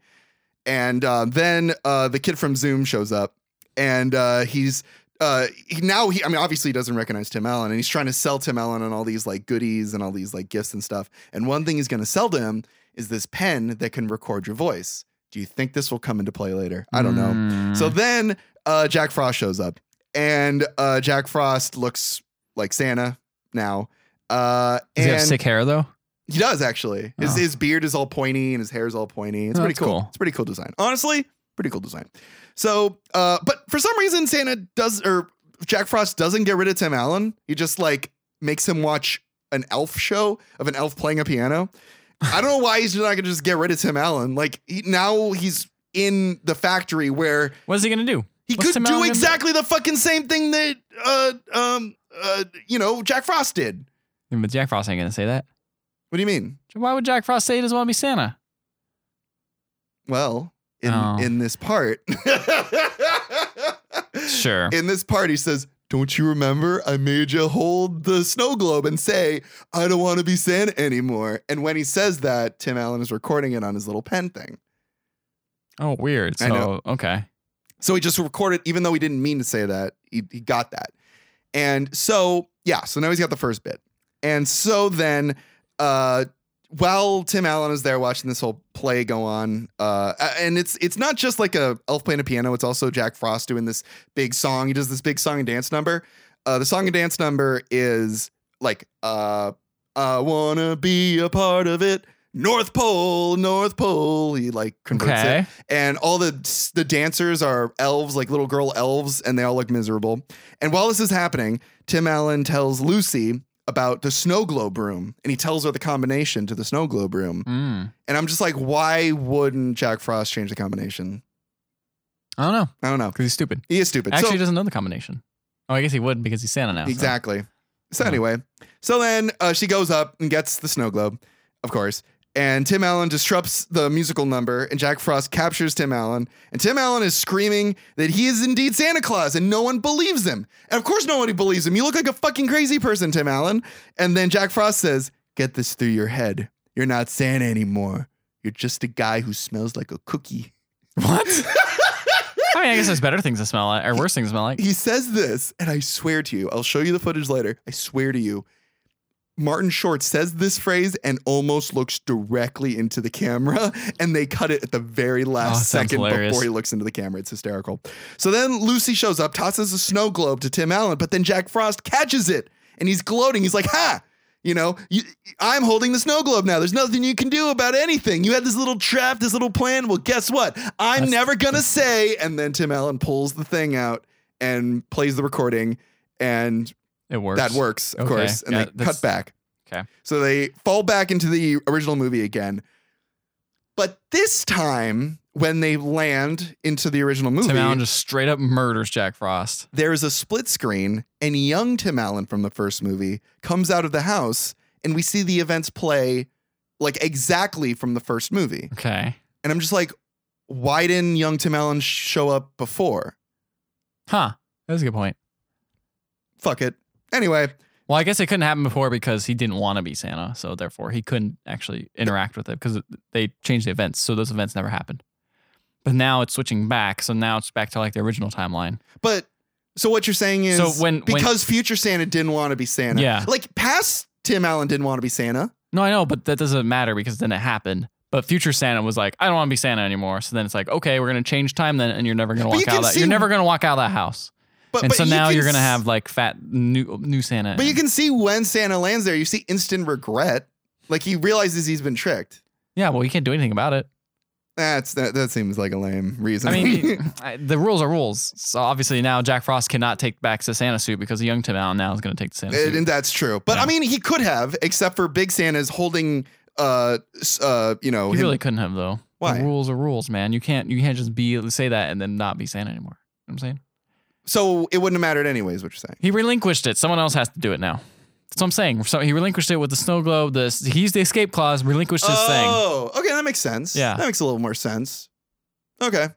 [SPEAKER 2] And uh, then uh, the kid from Zoom shows up, and uh, he's uh, he, now he. I mean, obviously he doesn't recognize Tim Allen, and he's trying to sell Tim Allen on all these like goodies and all these like gifts and stuff. And one thing he's going to sell to him is this pen that can record your voice. Do you think this will come into play later? I don't know.
[SPEAKER 1] Mm.
[SPEAKER 2] So then uh, Jack Frost shows up, and uh, Jack Frost looks like Santa now. Uh,
[SPEAKER 1] Does he have
[SPEAKER 2] and-
[SPEAKER 1] sick hair though?
[SPEAKER 2] he does actually. His
[SPEAKER 1] Oh.
[SPEAKER 2] his beard is all pointy and his hair is all pointy. It's
[SPEAKER 1] Oh,
[SPEAKER 2] pretty
[SPEAKER 1] that's
[SPEAKER 2] cool.
[SPEAKER 1] cool.
[SPEAKER 2] It's pretty cool design. Honestly, pretty cool design. So, uh, but for some reason, Santa does or Jack Frost doesn't get rid of Tim Allen. He just like makes him watch an elf show of an elf playing a piano. I don't know why he's not gonna just get rid of Tim Allen. Like he, now he's in the factory where
[SPEAKER 1] What's he gonna do?
[SPEAKER 2] he
[SPEAKER 1] What's
[SPEAKER 2] could
[SPEAKER 1] Tim
[SPEAKER 2] do
[SPEAKER 1] Allen gonna-
[SPEAKER 2] exactly the fucking same thing that uh um uh you know Jack Frost did.
[SPEAKER 1] But Jack Frost ain't gonna say that.
[SPEAKER 2] What do you mean?
[SPEAKER 1] Why would Jack Frost say he doesn't want to be Santa?
[SPEAKER 2] Well, in
[SPEAKER 1] Oh.
[SPEAKER 2] in this part,
[SPEAKER 1] Sure.
[SPEAKER 2] in this part, he says, "Don't you remember? I made you hold the snow globe and say I don't want to be Santa anymore." And when he says that, Tim Allen is recording it on his little pen thing.
[SPEAKER 1] Oh, weird. So
[SPEAKER 2] I know.
[SPEAKER 1] okay.
[SPEAKER 2] So he just recorded, even though he didn't mean to say that, he, he got that. And so, yeah, so now he's got the first bit. And so then, uh, while Tim Allen is there watching this whole play go on, uh, and it's it's not just like a elf playing a piano, it's also Jack Frost doing this big song. He does this big song and dance number. Uh, the song and dance number is like, uh, I wanna be a part of it. North Pole, North Pole. He like converts it
[SPEAKER 1] Okay.
[SPEAKER 2] and all the the dancers are elves, like little girl elves, and they all look miserable. And while this is happening, Tim Allen tells Lucy about the snow globe room, and he tells her the combination to the snow globe room.
[SPEAKER 1] Mm.
[SPEAKER 2] And I'm just like, why wouldn't Jack Frost change the combination?
[SPEAKER 1] I don't know
[SPEAKER 2] I don't know.
[SPEAKER 1] because he's stupid.
[SPEAKER 2] He is stupid.
[SPEAKER 1] Actually,
[SPEAKER 2] So-
[SPEAKER 1] he doesn't know the combination. Oh, I guess he would because he's Santa now. so.
[SPEAKER 2] Exactly. So
[SPEAKER 1] Yeah.
[SPEAKER 2] anyway, so then uh, she goes up and gets the snow globe, of course. And Tim Allen disrupts the musical number, and Jack Frost captures Tim Allen. And Tim Allen is screaming that he is indeed Santa Claus, and no one believes him. And of course, nobody believes him. You look like a fucking crazy person, Tim Allen. And then Jack Frost says, Get this through your head. You're not Santa anymore. You're just a guy who smells like a cookie.
[SPEAKER 1] What? I mean, I guess there's better things to smell like or worse things to smell like.
[SPEAKER 2] he says this, and I swear to you, I'll show you the footage later. I swear to you, Martin Short says this phrase and almost looks directly into the camera, and they cut it at the very
[SPEAKER 1] Oh,
[SPEAKER 2] last
[SPEAKER 1] sounds
[SPEAKER 2] second
[SPEAKER 1] hilarious.
[SPEAKER 2] before he looks into the camera. It's hysterical. So then Lucy shows up, tosses a snow globe to Tim Allen, but then Jack Frost catches it, and he's gloating. He's like, "Ha! You know, you, I'm holding the snow globe now. There's nothing you can do about anything. You had this little trap, this little plan. Well, guess what? I'm
[SPEAKER 1] That's-
[SPEAKER 2] never gonna say. And then Tim Allen pulls the thing out and plays the recording, and
[SPEAKER 1] It works.
[SPEAKER 2] that works, of
[SPEAKER 1] Okay.
[SPEAKER 2] course. And
[SPEAKER 1] Yeah,
[SPEAKER 2] they
[SPEAKER 1] that's-
[SPEAKER 2] cut back.
[SPEAKER 1] Okay.
[SPEAKER 2] So they fall back into the original movie again. But this time, when they land into the original movie,
[SPEAKER 1] Tim Allen just straight up murders Jack Frost.
[SPEAKER 2] there is a split screen, and young Tim Allen from the first movie comes out of the house, and we see the events play like exactly from the first movie.
[SPEAKER 1] Okay.
[SPEAKER 2] And I'm just like, why didn't young Tim Allen show up before?
[SPEAKER 1] Huh. That was a good point.
[SPEAKER 2] Fuck it. Anyway,
[SPEAKER 1] Well, I guess it couldn't happen before because he didn't want to be Santa, so therefore he couldn't actually interact with it because they changed the events, so those events never happened. But now it's switching back, so now it's back to like the original timeline.
[SPEAKER 2] But so what you're saying is
[SPEAKER 1] So when- when-
[SPEAKER 2] because future Santa didn't want to be Santa.
[SPEAKER 1] Yeah.
[SPEAKER 2] Like past Tim Allen didn't want to be Santa.
[SPEAKER 1] No, I know, but that doesn't matter because then it happened. But future Santa was like, I don't want to be Santa anymore. So then it's like, okay, we're gonna change time then, and you're never gonna
[SPEAKER 2] But you
[SPEAKER 1] walk out.
[SPEAKER 2] can
[SPEAKER 1] Of that.
[SPEAKER 2] see-
[SPEAKER 1] You're never gonna walk out of that house.
[SPEAKER 2] But
[SPEAKER 1] and
[SPEAKER 2] but
[SPEAKER 1] so
[SPEAKER 2] you
[SPEAKER 1] now
[SPEAKER 2] can
[SPEAKER 1] you're gonna
[SPEAKER 2] s-
[SPEAKER 1] have like fat new new Santa.
[SPEAKER 2] But you
[SPEAKER 1] in.
[SPEAKER 2] can see when Santa lands there, you see instant regret. Like he realizes he's been tricked.
[SPEAKER 1] yeah, well, you can't do anything about it.
[SPEAKER 2] That's that, that seems like a lame reason.
[SPEAKER 1] I mean, I- the rules are rules. So obviously now Jack Frost cannot take back the Santa suit because young Tim Allen now is going to take the Santa
[SPEAKER 2] and,
[SPEAKER 1] suit.
[SPEAKER 2] and that's true. But
[SPEAKER 1] Yeah.
[SPEAKER 2] I mean, he could have, except for Big Santa's holding uh s- uh you know
[SPEAKER 1] He
[SPEAKER 2] him-
[SPEAKER 1] really couldn't have though.
[SPEAKER 2] Why?
[SPEAKER 1] The rules are rules, man. You can't you can't just be say that and then not be Santa anymore. You know what I'm saying
[SPEAKER 2] so it wouldn't have mattered anyways, what you're saying.
[SPEAKER 1] he relinquished it. Someone else has to do it now. That's what I'm saying. So he relinquished it with the snow globe. The he used the escape clause. Relinquished his
[SPEAKER 2] oh, okay, that makes sense.
[SPEAKER 1] Yeah.
[SPEAKER 2] That makes a little more sense. Okay.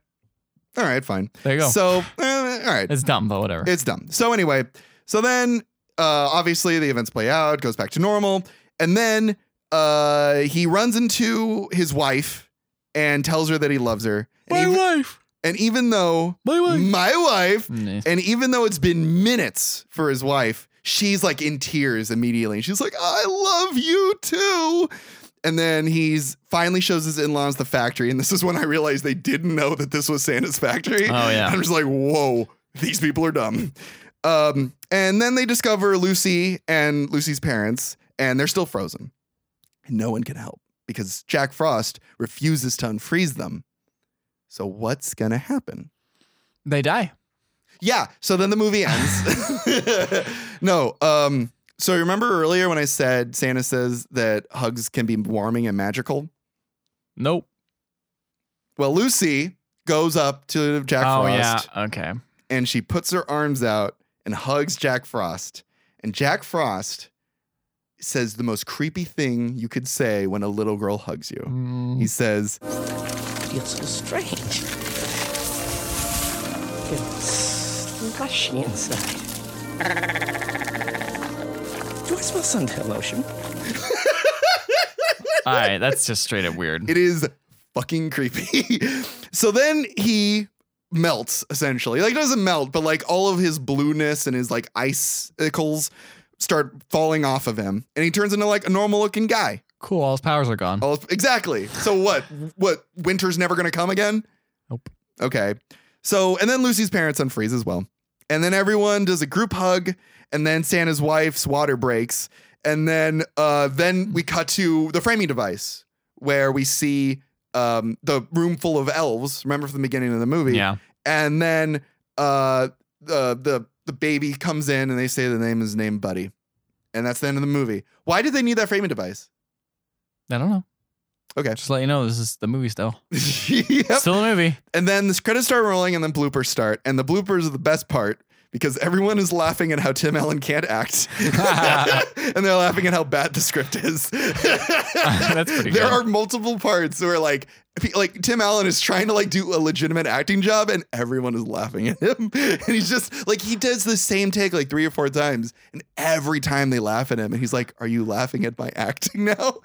[SPEAKER 2] All right, fine.
[SPEAKER 1] thing. There you go.
[SPEAKER 2] So, eh, all right,
[SPEAKER 1] it's dumb, but whatever.
[SPEAKER 2] it's dumb. So anyway, so then uh, obviously the events play out, goes back to normal, and then uh, he runs into his wife and tells her that he loves her, and, even,
[SPEAKER 1] wife.
[SPEAKER 2] and even though
[SPEAKER 1] My
[SPEAKER 2] my wife,
[SPEAKER 1] Nah.
[SPEAKER 2] and even though it's been minutes for his wife, she's like in tears immediately, and she's like, "I love you too." And then he's finally shows his in-laws the factory, and this is when I realized they didn't know that this was Santa's factory.
[SPEAKER 1] Oh yeah.
[SPEAKER 2] I'm just like, whoa, these people are dumb. Um, and then they discover Lucy and Lucy's parents, and they're still frozen. And no one can help because Jack Frost refuses to unfreeze them. So what's gonna happen?
[SPEAKER 1] They die.
[SPEAKER 2] Yeah, so then the movie ends. no, um, so remember earlier when I said Santa says that hugs can be warming and magical?
[SPEAKER 1] Nope.
[SPEAKER 2] Well, Lucy goes up to Jack
[SPEAKER 1] oh
[SPEAKER 2] Frost.
[SPEAKER 1] yeah. Okay.
[SPEAKER 2] and she puts her arms out and hugs Jack Frost. And Jack Frost says the most creepy thing you could say when a little girl hugs you.
[SPEAKER 1] Mm.
[SPEAKER 2] He says,
[SPEAKER 3] Feels so strange. It's mushy inside. Do I smell suntan lotion?
[SPEAKER 1] All right. That's just straight up weird.
[SPEAKER 2] it is fucking creepy. so then he melts essentially. Like doesn't melt, but like all of his blueness and his like icicles start falling off of him. And he turns into like a normal looking guy.
[SPEAKER 1] cool. All his powers are gone.
[SPEAKER 2] All Oh, exactly. So what? What? Winter's never gonna come again.
[SPEAKER 1] Nope.
[SPEAKER 2] Okay. So and then Lucy's parents unfreeze as well, and then everyone does a group hug, and then Santa's wife's water breaks, and then uh, then we cut to the framing device where we see um, the room full of elves. Remember from the beginning of the movie.
[SPEAKER 1] Yeah.
[SPEAKER 2] And then uh, the the the baby comes in, and they say the name is named Buddy, and that's the end of the movie. Why did they need that framing device?
[SPEAKER 1] I don't know.
[SPEAKER 2] Okay.
[SPEAKER 1] Just let you know this is the movie still.
[SPEAKER 2] Yep.
[SPEAKER 1] Still a movie.
[SPEAKER 2] And then the credits start rolling and then bloopers start. And the bloopers are the best part because everyone is laughing at how Tim Allen can't act. and they're laughing at how bad the script is. That's
[SPEAKER 1] pretty
[SPEAKER 2] There
[SPEAKER 1] good.
[SPEAKER 2] are multiple parts where like pe- like Tim Allen is trying to like do a legitimate acting job and everyone is laughing at him. And he's just like he does the same take like three or four times and every time they laugh at him and he's like, "Are you laughing at my acting now?"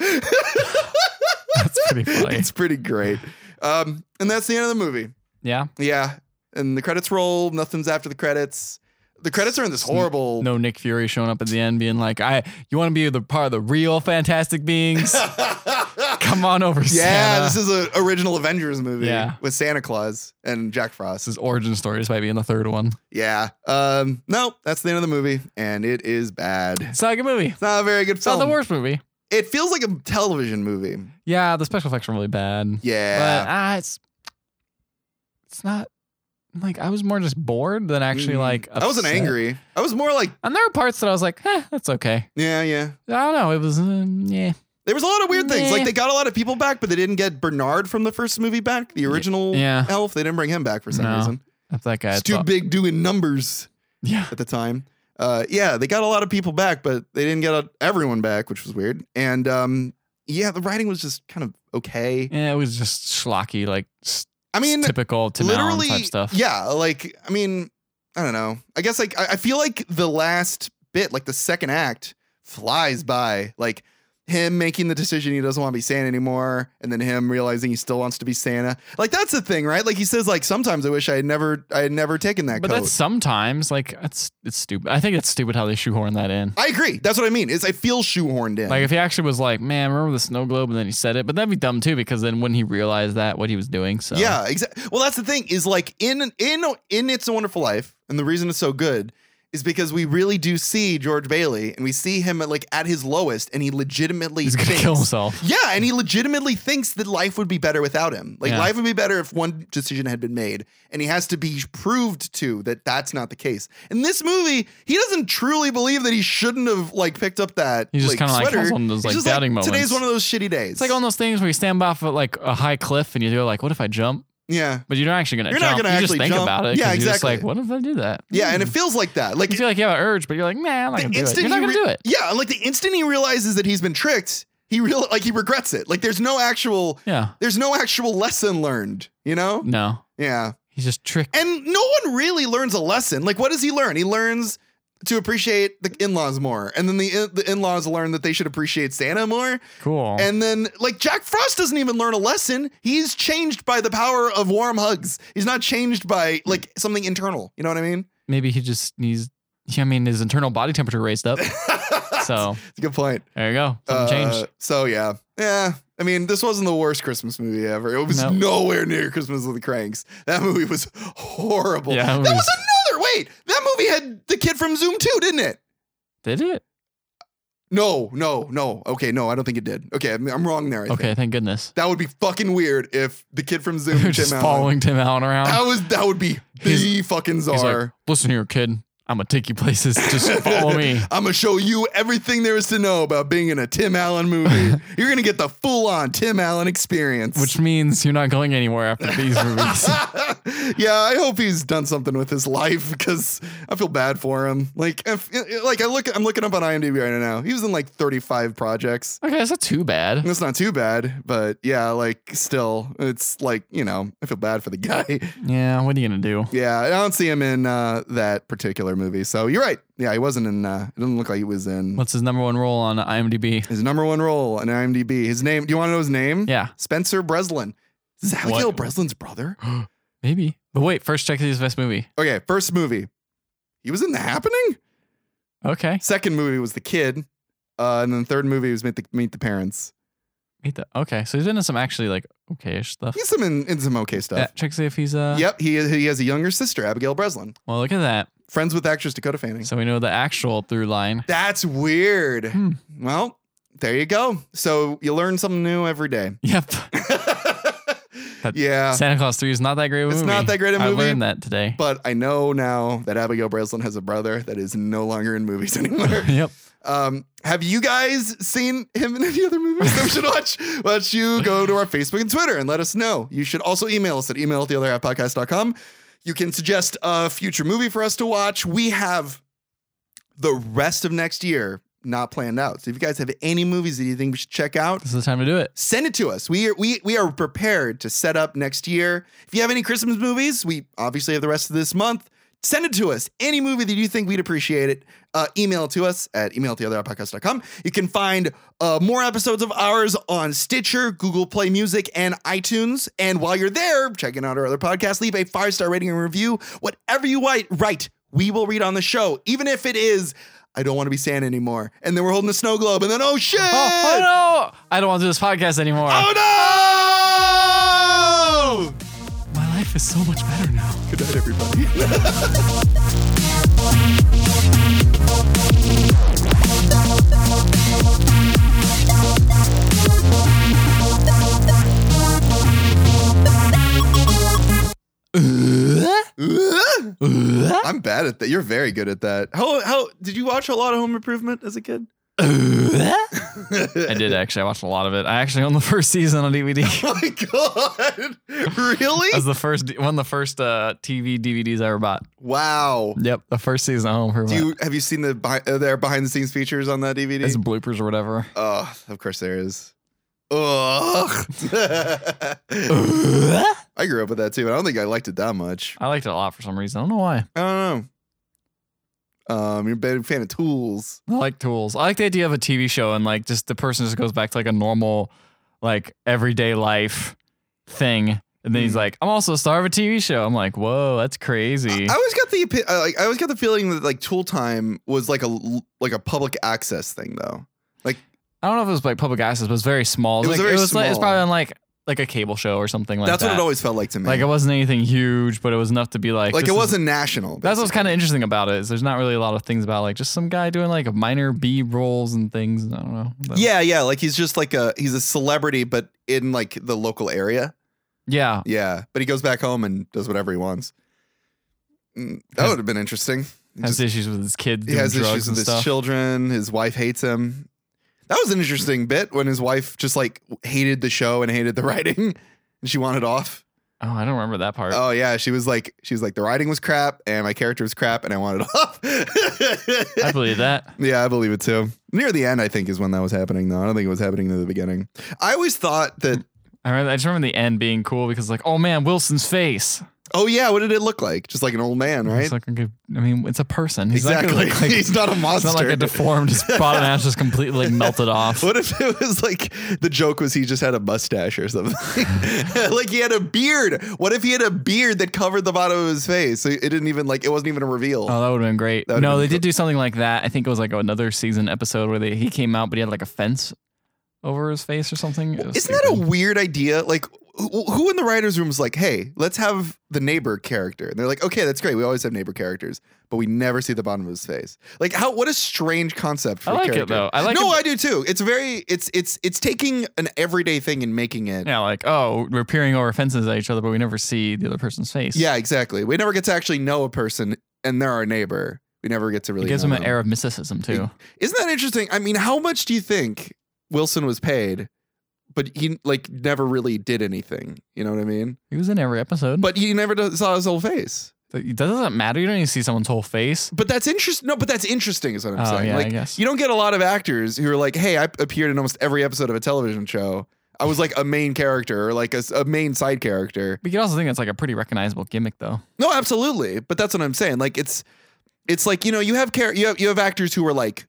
[SPEAKER 1] That's pretty funny.
[SPEAKER 2] it's pretty great. Um, and that's the end of the movie.
[SPEAKER 1] Yeah.
[SPEAKER 2] Yeah. And the credits roll. Nothing's after the credits. The credits are in this horrible.
[SPEAKER 1] No Nick Fury showing up at the end being like, I you want to be the part of the real fantastic beings? Come on over,
[SPEAKER 2] Yeah,
[SPEAKER 1] Santa.
[SPEAKER 2] this is an original Avengers movie
[SPEAKER 1] Yeah.
[SPEAKER 2] with Santa Claus and Jack Frost.
[SPEAKER 1] This is origin story. This might be in the third one.
[SPEAKER 2] Yeah. Um, no, that's the end of the movie, and it is bad. It's
[SPEAKER 1] It's not a good movie.
[SPEAKER 2] not a very good
[SPEAKER 1] It's not
[SPEAKER 2] film.
[SPEAKER 1] the worst movie.
[SPEAKER 2] It feels like a television movie.
[SPEAKER 1] Yeah, the special effects are really bad. But
[SPEAKER 2] Yeah.
[SPEAKER 1] ah, it's it's not like I was more just bored than actually
[SPEAKER 2] Mm.
[SPEAKER 1] like
[SPEAKER 2] I wasn't
[SPEAKER 1] upset.
[SPEAKER 2] angry. I was more like,
[SPEAKER 1] And there were parts that I was like, eh, that's okay.
[SPEAKER 2] yeah, yeah.
[SPEAKER 1] I don't know. It was um, yeah,
[SPEAKER 2] There was a lot of weird things.
[SPEAKER 1] Meh.
[SPEAKER 2] Like they got a lot of people back, but they didn't get Bernard from the first movie back, the original
[SPEAKER 1] yeah.
[SPEAKER 2] elf. They didn't bring him back for some
[SPEAKER 1] No.
[SPEAKER 2] reason.
[SPEAKER 1] That's that guy. I
[SPEAKER 2] He's too
[SPEAKER 1] thought-
[SPEAKER 2] big doing numbers
[SPEAKER 1] Yeah.
[SPEAKER 2] at the time. Uh, yeah, they got a lot of people back, but they didn't get uh, everyone back, which was weird. And um, yeah, the writing was just kind of okay.
[SPEAKER 1] Yeah, it was just schlocky, like s-
[SPEAKER 2] I mean,
[SPEAKER 1] typical Tim Allen
[SPEAKER 2] literally,
[SPEAKER 1] type stuff.
[SPEAKER 2] yeah. Like, I mean, I don't know. I guess like I, I feel like the last bit, like the second act, flies by. Like him making the decision he doesn't want to be Santa anymore, and then him realizing he still wants to be Santa. Like that's the thing, right? Like he says, like sometimes I wish I had never, I had never taken that
[SPEAKER 1] but
[SPEAKER 2] coat.
[SPEAKER 1] that's sometimes like it's it's stupid. I think it's stupid how they shoehorn that in.
[SPEAKER 2] I agree. That's what I mean. Is I feel shoehorned in.
[SPEAKER 1] Like if he actually was like, man, remember the snow globe, and then he said it, but that'd be dumb too because then wouldn't he realize that what he was doing? So
[SPEAKER 2] Yeah, exactly. Well, that's the thing is like in in in It's a Wonderful Life, and the reason it's so good is because we really do see George Bailey, and we see him at like at his lowest, and he legitimately
[SPEAKER 1] he's gonna
[SPEAKER 2] thinks,
[SPEAKER 1] kill himself.
[SPEAKER 2] Yeah, and he legitimately thinks that life would be better without him. Like
[SPEAKER 1] Yeah.
[SPEAKER 2] life would be better if one decision had been made, and he has to be proved to that that's not the case. In this movie, he doesn't truly believe that he shouldn't have like picked up that.
[SPEAKER 1] He just kinda, like, has
[SPEAKER 2] sweater.
[SPEAKER 1] one of those,
[SPEAKER 2] He's
[SPEAKER 1] like,
[SPEAKER 2] just
[SPEAKER 1] doubting
[SPEAKER 2] Today's
[SPEAKER 1] moments.
[SPEAKER 2] one of those shitty days.
[SPEAKER 1] It's like on those things where you stand off at like a high cliff and you go like, what if I jump?
[SPEAKER 2] yeah,
[SPEAKER 1] But you're not actually gonna
[SPEAKER 2] You're not
[SPEAKER 1] jump.
[SPEAKER 2] gonna
[SPEAKER 1] you
[SPEAKER 2] actually
[SPEAKER 1] just think
[SPEAKER 2] jump.
[SPEAKER 1] about it.
[SPEAKER 2] Yeah,
[SPEAKER 1] 'cause You're just
[SPEAKER 2] exactly.
[SPEAKER 1] like, what if I do that?
[SPEAKER 2] yeah, and it
[SPEAKER 1] Hmm.
[SPEAKER 2] feels like that. Like
[SPEAKER 1] you feel like you have an urge, but you're like, nah, I'm not gonna do it. You're not
[SPEAKER 2] he
[SPEAKER 1] gonna do
[SPEAKER 2] re-
[SPEAKER 1] it.
[SPEAKER 2] Yeah, like the instant he realizes that he's been tricked, he real like he regrets it. Like there's no actual
[SPEAKER 1] Yeah.
[SPEAKER 2] there's no actual lesson learned, you know?
[SPEAKER 1] No.
[SPEAKER 2] Yeah.
[SPEAKER 1] He's just tricked.
[SPEAKER 2] And no one really learns a lesson. Like what does he learn? He learns to appreciate the in-laws more. And then the the in-laws learn that they should appreciate Santa more.
[SPEAKER 1] Cool.
[SPEAKER 2] And then like Jack Frost doesn't even learn a lesson. He's changed by the power of warm hugs. He's not changed by like something internal. You know what I mean?
[SPEAKER 1] Maybe he just needs. I mean, his internal body temperature raised up. so
[SPEAKER 2] It's a good point.
[SPEAKER 1] there you go. Something
[SPEAKER 2] Uh,
[SPEAKER 1] changed.
[SPEAKER 2] So yeah, yeah. I mean, this wasn't the worst Christmas movie ever. It was
[SPEAKER 1] No.
[SPEAKER 2] nowhere near Christmas with the Cranks. That movie was horrible.
[SPEAKER 1] Yeah, it
[SPEAKER 2] that was,
[SPEAKER 1] was-
[SPEAKER 2] another. Wait, that movie had the kid from Zoom too, didn't it?
[SPEAKER 1] Did it?
[SPEAKER 2] No, no, no. Okay, no, I don't think it did. Okay, I'm, I'm wrong there. I think.
[SPEAKER 1] Okay, thank goodness.
[SPEAKER 2] that would be fucking weird if the kid from Zoom
[SPEAKER 1] They're
[SPEAKER 2] Tim
[SPEAKER 1] just
[SPEAKER 2] Allen-
[SPEAKER 1] following Tim Allen around.
[SPEAKER 2] That was that would be the
[SPEAKER 1] He's-
[SPEAKER 2] fucking czar.
[SPEAKER 1] He's like, listen here, kid. I'm gonna take you places. Just follow me.
[SPEAKER 2] I'm gonna show you everything there is to know about being in a Tim Allen movie. You're gonna get the full-on Tim Allen experience.
[SPEAKER 1] Which means you're not going anywhere after these movies.
[SPEAKER 2] yeah, I hope he's done something with his life because I feel bad for him. Like, if, like I look, I'm looking up on IMDb right now. He was in like 35 projects.
[SPEAKER 1] Okay, that's not too bad.
[SPEAKER 2] And it's not too bad, but yeah, like still, it's like you know, I feel bad for the guy.
[SPEAKER 1] Yeah, what are you gonna do?
[SPEAKER 2] yeah, I don't see him in uh, that particular movie. So you're right. Yeah, he wasn't in. Uh, it doesn't look like he was in
[SPEAKER 1] What's his number one role on IMDb?
[SPEAKER 2] his number one role in IMDb. His name. Do you want to know his name?
[SPEAKER 1] Yeah,
[SPEAKER 2] Spencer Breslin. Is this Abigail
[SPEAKER 1] What?
[SPEAKER 2] Breslin's brother?
[SPEAKER 1] maybe. But wait, first check his best movie.
[SPEAKER 2] Okay, first movie. He was in The Happening.
[SPEAKER 1] Okay,
[SPEAKER 2] Second movie was The Kid. Uh, and then the third movie was Meet the, Meet the Parents.
[SPEAKER 1] meet the. Okay, so he's been in some actually like okayish stuff.
[SPEAKER 2] He's some in, in some okay
[SPEAKER 1] Yeah,
[SPEAKER 2] stuff.
[SPEAKER 1] check see if he's uh.
[SPEAKER 2] Yep, he he has a younger sister, Abigail Breslin,
[SPEAKER 1] Well, look at that.
[SPEAKER 2] friends with actress Dakota Fanning.
[SPEAKER 1] So we know the actual through line.
[SPEAKER 2] That's weird.
[SPEAKER 1] Hmm.
[SPEAKER 2] Well, there you go. So you learn something new every day.
[SPEAKER 1] Yep.
[SPEAKER 2] yeah,
[SPEAKER 1] Santa Claus 3 is not that great of a
[SPEAKER 2] It's
[SPEAKER 1] movie.
[SPEAKER 2] not that great a
[SPEAKER 1] I
[SPEAKER 2] movie.
[SPEAKER 1] learned that today.
[SPEAKER 2] but I know now that Abigail Breslin has a brother that is no longer in movies anymore.
[SPEAKER 1] yep.
[SPEAKER 2] Um, have you guys seen him in any other movies that we should watch? Why don't you go to our Facebook and Twitter and let us know. You should also email us at email at the other podcast.com. You can suggest a future movie for us to watch. We have the rest of next year not planned out. So if you guys have any movies that you think we should check out,
[SPEAKER 1] This is the time to do it.
[SPEAKER 2] send it to us. We are, we we are prepared to set up next year. If you have any Christmas movies, we obviously have the rest of this month. Send it to us. Any movie that you think we'd appreciate it, uh, email it to us at email at theotherpodcast.com. You can find uh, more episodes of ours on Stitcher, Google Play Music, and iTunes. And while you're there, checking out our other podcasts, leave a five star rating and review. Whatever you write, write, we will read on the show, even if it is I don't want to be sand anymore. And then we're holding a snow globe, and then oh shit!
[SPEAKER 1] Oh, oh no! I don't want to do this podcast anymore.
[SPEAKER 2] Oh, no!
[SPEAKER 1] My life is so much better now.
[SPEAKER 2] Good night, everybody. I'm bad at that. You're very good at that. How how did you watch a lot of Home Improvement as a kid?
[SPEAKER 1] I
[SPEAKER 2] I
[SPEAKER 1] did actually. I watched a lot of it. I actually own the first season on DVD.
[SPEAKER 2] Oh my god! Really?
[SPEAKER 1] That's the first one of the first uh, TV DVDs I ever bought.
[SPEAKER 2] Wow.
[SPEAKER 1] Yep, the first season of Home
[SPEAKER 2] Do
[SPEAKER 1] Improvement.
[SPEAKER 2] you have you seen the behind, uh, their behind the scenes features on that DVD?
[SPEAKER 1] It's bloopers or whatever.
[SPEAKER 2] Oh, of course there is. Ugh. I grew up with that too, and I don't think I liked it that much.
[SPEAKER 1] I liked it a lot for some reason. I don't know why.
[SPEAKER 2] I don't know. Um, you're a big fan of tools.
[SPEAKER 1] I like tools. I like the idea of a TV show and like just the person just goes back to like a normal, like everyday life thing. And then
[SPEAKER 2] Mm.
[SPEAKER 1] he's like, I'm also a star of a TV show. I'm like, whoa, that's crazy.
[SPEAKER 2] I always got the opi- uh, like I always got the feeling that like tool time was like a l- like a public access thing though.
[SPEAKER 1] I don't know if it was like public access, but it was very small. It was, like,
[SPEAKER 2] very
[SPEAKER 1] it was like it's
[SPEAKER 2] small.
[SPEAKER 1] probably on like like a cable show or something like
[SPEAKER 2] That's
[SPEAKER 1] that.
[SPEAKER 2] what it always felt like to me.
[SPEAKER 1] like it wasn't anything huge, but it was enough to be like
[SPEAKER 2] Like,
[SPEAKER 1] this
[SPEAKER 2] it
[SPEAKER 1] is-
[SPEAKER 2] wasn't national.
[SPEAKER 1] That's what's kind of interesting about it is there's not really a lot of things about like just some guy doing like minor B rolls and things. I don't know. But-
[SPEAKER 2] Yeah, yeah. Like he's just like a he's a celebrity, but in like the local area.
[SPEAKER 1] yeah.
[SPEAKER 2] Yeah, but he goes back home and does whatever he wants. Mm, That
[SPEAKER 1] Has-
[SPEAKER 2] would have been interesting. He
[SPEAKER 1] Has
[SPEAKER 2] just-
[SPEAKER 1] issues with his kids.
[SPEAKER 2] he
[SPEAKER 1] Doing
[SPEAKER 2] has
[SPEAKER 1] drugs
[SPEAKER 2] issues
[SPEAKER 1] and
[SPEAKER 2] with his
[SPEAKER 1] stuff.
[SPEAKER 2] children. His wife hates him. That was an interesting bit when his wife just like hated the show and hated the writing, and she wanted off.
[SPEAKER 1] Oh, I don't remember that part.
[SPEAKER 2] Oh yeah, she was like, she was like, the writing was crap and my character was crap and I wanted off.
[SPEAKER 1] I believe that.
[SPEAKER 2] Yeah, I believe it too. Near the end, I think is when that was happening though. I don't think it was happening in the beginning. I always thought that.
[SPEAKER 1] I remember. I just remember the end being cool because like, oh man, Wilson's face.
[SPEAKER 2] Oh yeah, what did it look like? Just like an old man, right?
[SPEAKER 1] It's like, okay, I mean, it's a person. He's not gonna
[SPEAKER 2] exactly.
[SPEAKER 1] look like-
[SPEAKER 2] He's not a
[SPEAKER 1] it's
[SPEAKER 2] monster.
[SPEAKER 1] not like a deformed. His bottom half just completely melted off.
[SPEAKER 2] What if it was like the joke was he just had a mustache or something? like he had a beard. What if he had a beard that covered the bottom of his face? So it didn't even like it wasn't even a reveal.
[SPEAKER 1] Oh, that would have been great.
[SPEAKER 2] That would've
[SPEAKER 1] No,
[SPEAKER 2] been
[SPEAKER 1] they
[SPEAKER 2] cool.
[SPEAKER 1] did do something like that. I think it was like another season episode where they, he came out, but he had like a fence over his face or something. It was
[SPEAKER 2] Isn't that a
[SPEAKER 1] stupid.
[SPEAKER 2] weird idea? Like who, who in the writers' room is like, hey, let's have the neighbor character, and they're like, okay, that's great. We always have neighbor characters, but we never see the bottom of his face. Like how? What a strange concept. For
[SPEAKER 1] I
[SPEAKER 2] a
[SPEAKER 1] like it,
[SPEAKER 2] character.
[SPEAKER 1] though. I like
[SPEAKER 2] No,
[SPEAKER 1] it-
[SPEAKER 2] I do too. It's very. It's it's it's taking an everyday thing and making it.
[SPEAKER 1] Yeah, like oh, we're peering over fences at each other, but we never see the other person's face.
[SPEAKER 2] Yeah, exactly. We never get to actually know a person, and they're our neighbor. We never get to
[SPEAKER 1] it
[SPEAKER 2] really.
[SPEAKER 1] gives
[SPEAKER 2] know
[SPEAKER 1] him an
[SPEAKER 2] them.
[SPEAKER 1] air of mysticism too.
[SPEAKER 2] Isn't that interesting? I mean, how much do you think Wilson was paid? But he like never really did anything. You know what I mean?
[SPEAKER 1] He was in every episode,
[SPEAKER 2] But he never does, saw his whole face.
[SPEAKER 1] that doesn't matter. You don't even see someone's whole face.
[SPEAKER 2] But that's interesting. No, but that's interesting is what I'm
[SPEAKER 1] Oh,
[SPEAKER 2] saying.
[SPEAKER 1] yeah, I
[SPEAKER 2] like,
[SPEAKER 1] guess.
[SPEAKER 2] you don't get a lot of actors who are like, "Hey, I appeared in almost every episode of a television show. I was like a main character or like a, s- a main side character."
[SPEAKER 1] But you can also think that's like a pretty recognizable gimmick, though.
[SPEAKER 2] No, absolutely. But that's what I'm saying. Like it's it's like, you know, you have char- you have you have actors who are like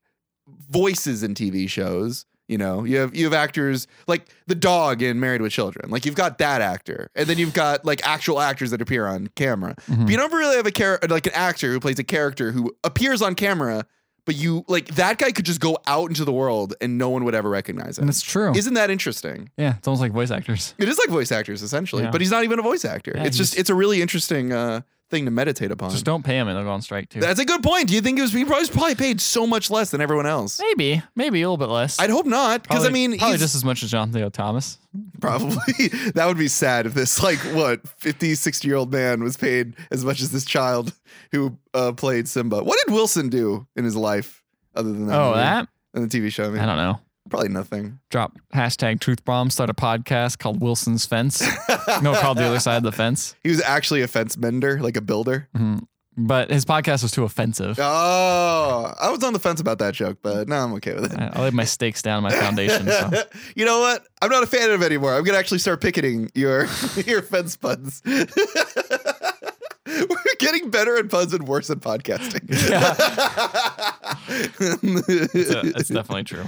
[SPEAKER 2] voices in TV shows, you know. You have you have actors like the dog in Married with Children. Like you've got that actor. And then you've got like actual actors that appear on camera. But you never really have a character like an actor who plays a character who appears on camera, but you like that guy could just go out into the world and no one would ever recognize him.
[SPEAKER 1] And it's true.
[SPEAKER 2] Isn't that interesting?
[SPEAKER 1] yeah, it's almost like voice actors.
[SPEAKER 2] It is like voice actors essentially,
[SPEAKER 1] Yeah.
[SPEAKER 2] but he's not even a voice actor.
[SPEAKER 1] Yeah,
[SPEAKER 2] it's
[SPEAKER 1] he's-
[SPEAKER 2] just it's a really interesting uh thing to meditate upon.
[SPEAKER 1] Just don't pay him, and they'll go on strike too.
[SPEAKER 2] That's a good point. Do you think it was he was probably paid so much less than everyone else?
[SPEAKER 1] maybe, maybe a little bit less.
[SPEAKER 2] I'd hope not, because I
[SPEAKER 1] Probably-
[SPEAKER 2] mean,
[SPEAKER 1] probably
[SPEAKER 2] he's-
[SPEAKER 1] just as much as John Theo Thomas.
[SPEAKER 2] probably that would be sad if this like what 50, 60 year old man was paid as much as this child who uh, played Simba. What did Wilson do in his life other than that?
[SPEAKER 1] Oh,
[SPEAKER 2] movie
[SPEAKER 1] that
[SPEAKER 2] and the TV show. I mean,
[SPEAKER 1] I don't know.
[SPEAKER 2] probably nothing.
[SPEAKER 1] Drop hashtag truth bomb. Start a podcast called Wilson's Fence. no, called the other side of the fence.
[SPEAKER 2] He was actually a fence bender, like a builder.
[SPEAKER 1] But his podcast was too offensive.
[SPEAKER 2] Oh, I was on the fence about that joke, but now I'm okay with it.
[SPEAKER 1] I, I laid my stakes down, my foundation. So.
[SPEAKER 2] you know what? I'm not a fan of it anymore. I'm gonna actually start picketing your your fence puns. We're getting better at puns and worse at podcasting.
[SPEAKER 1] Yeah. It's, uh, it's definitely true.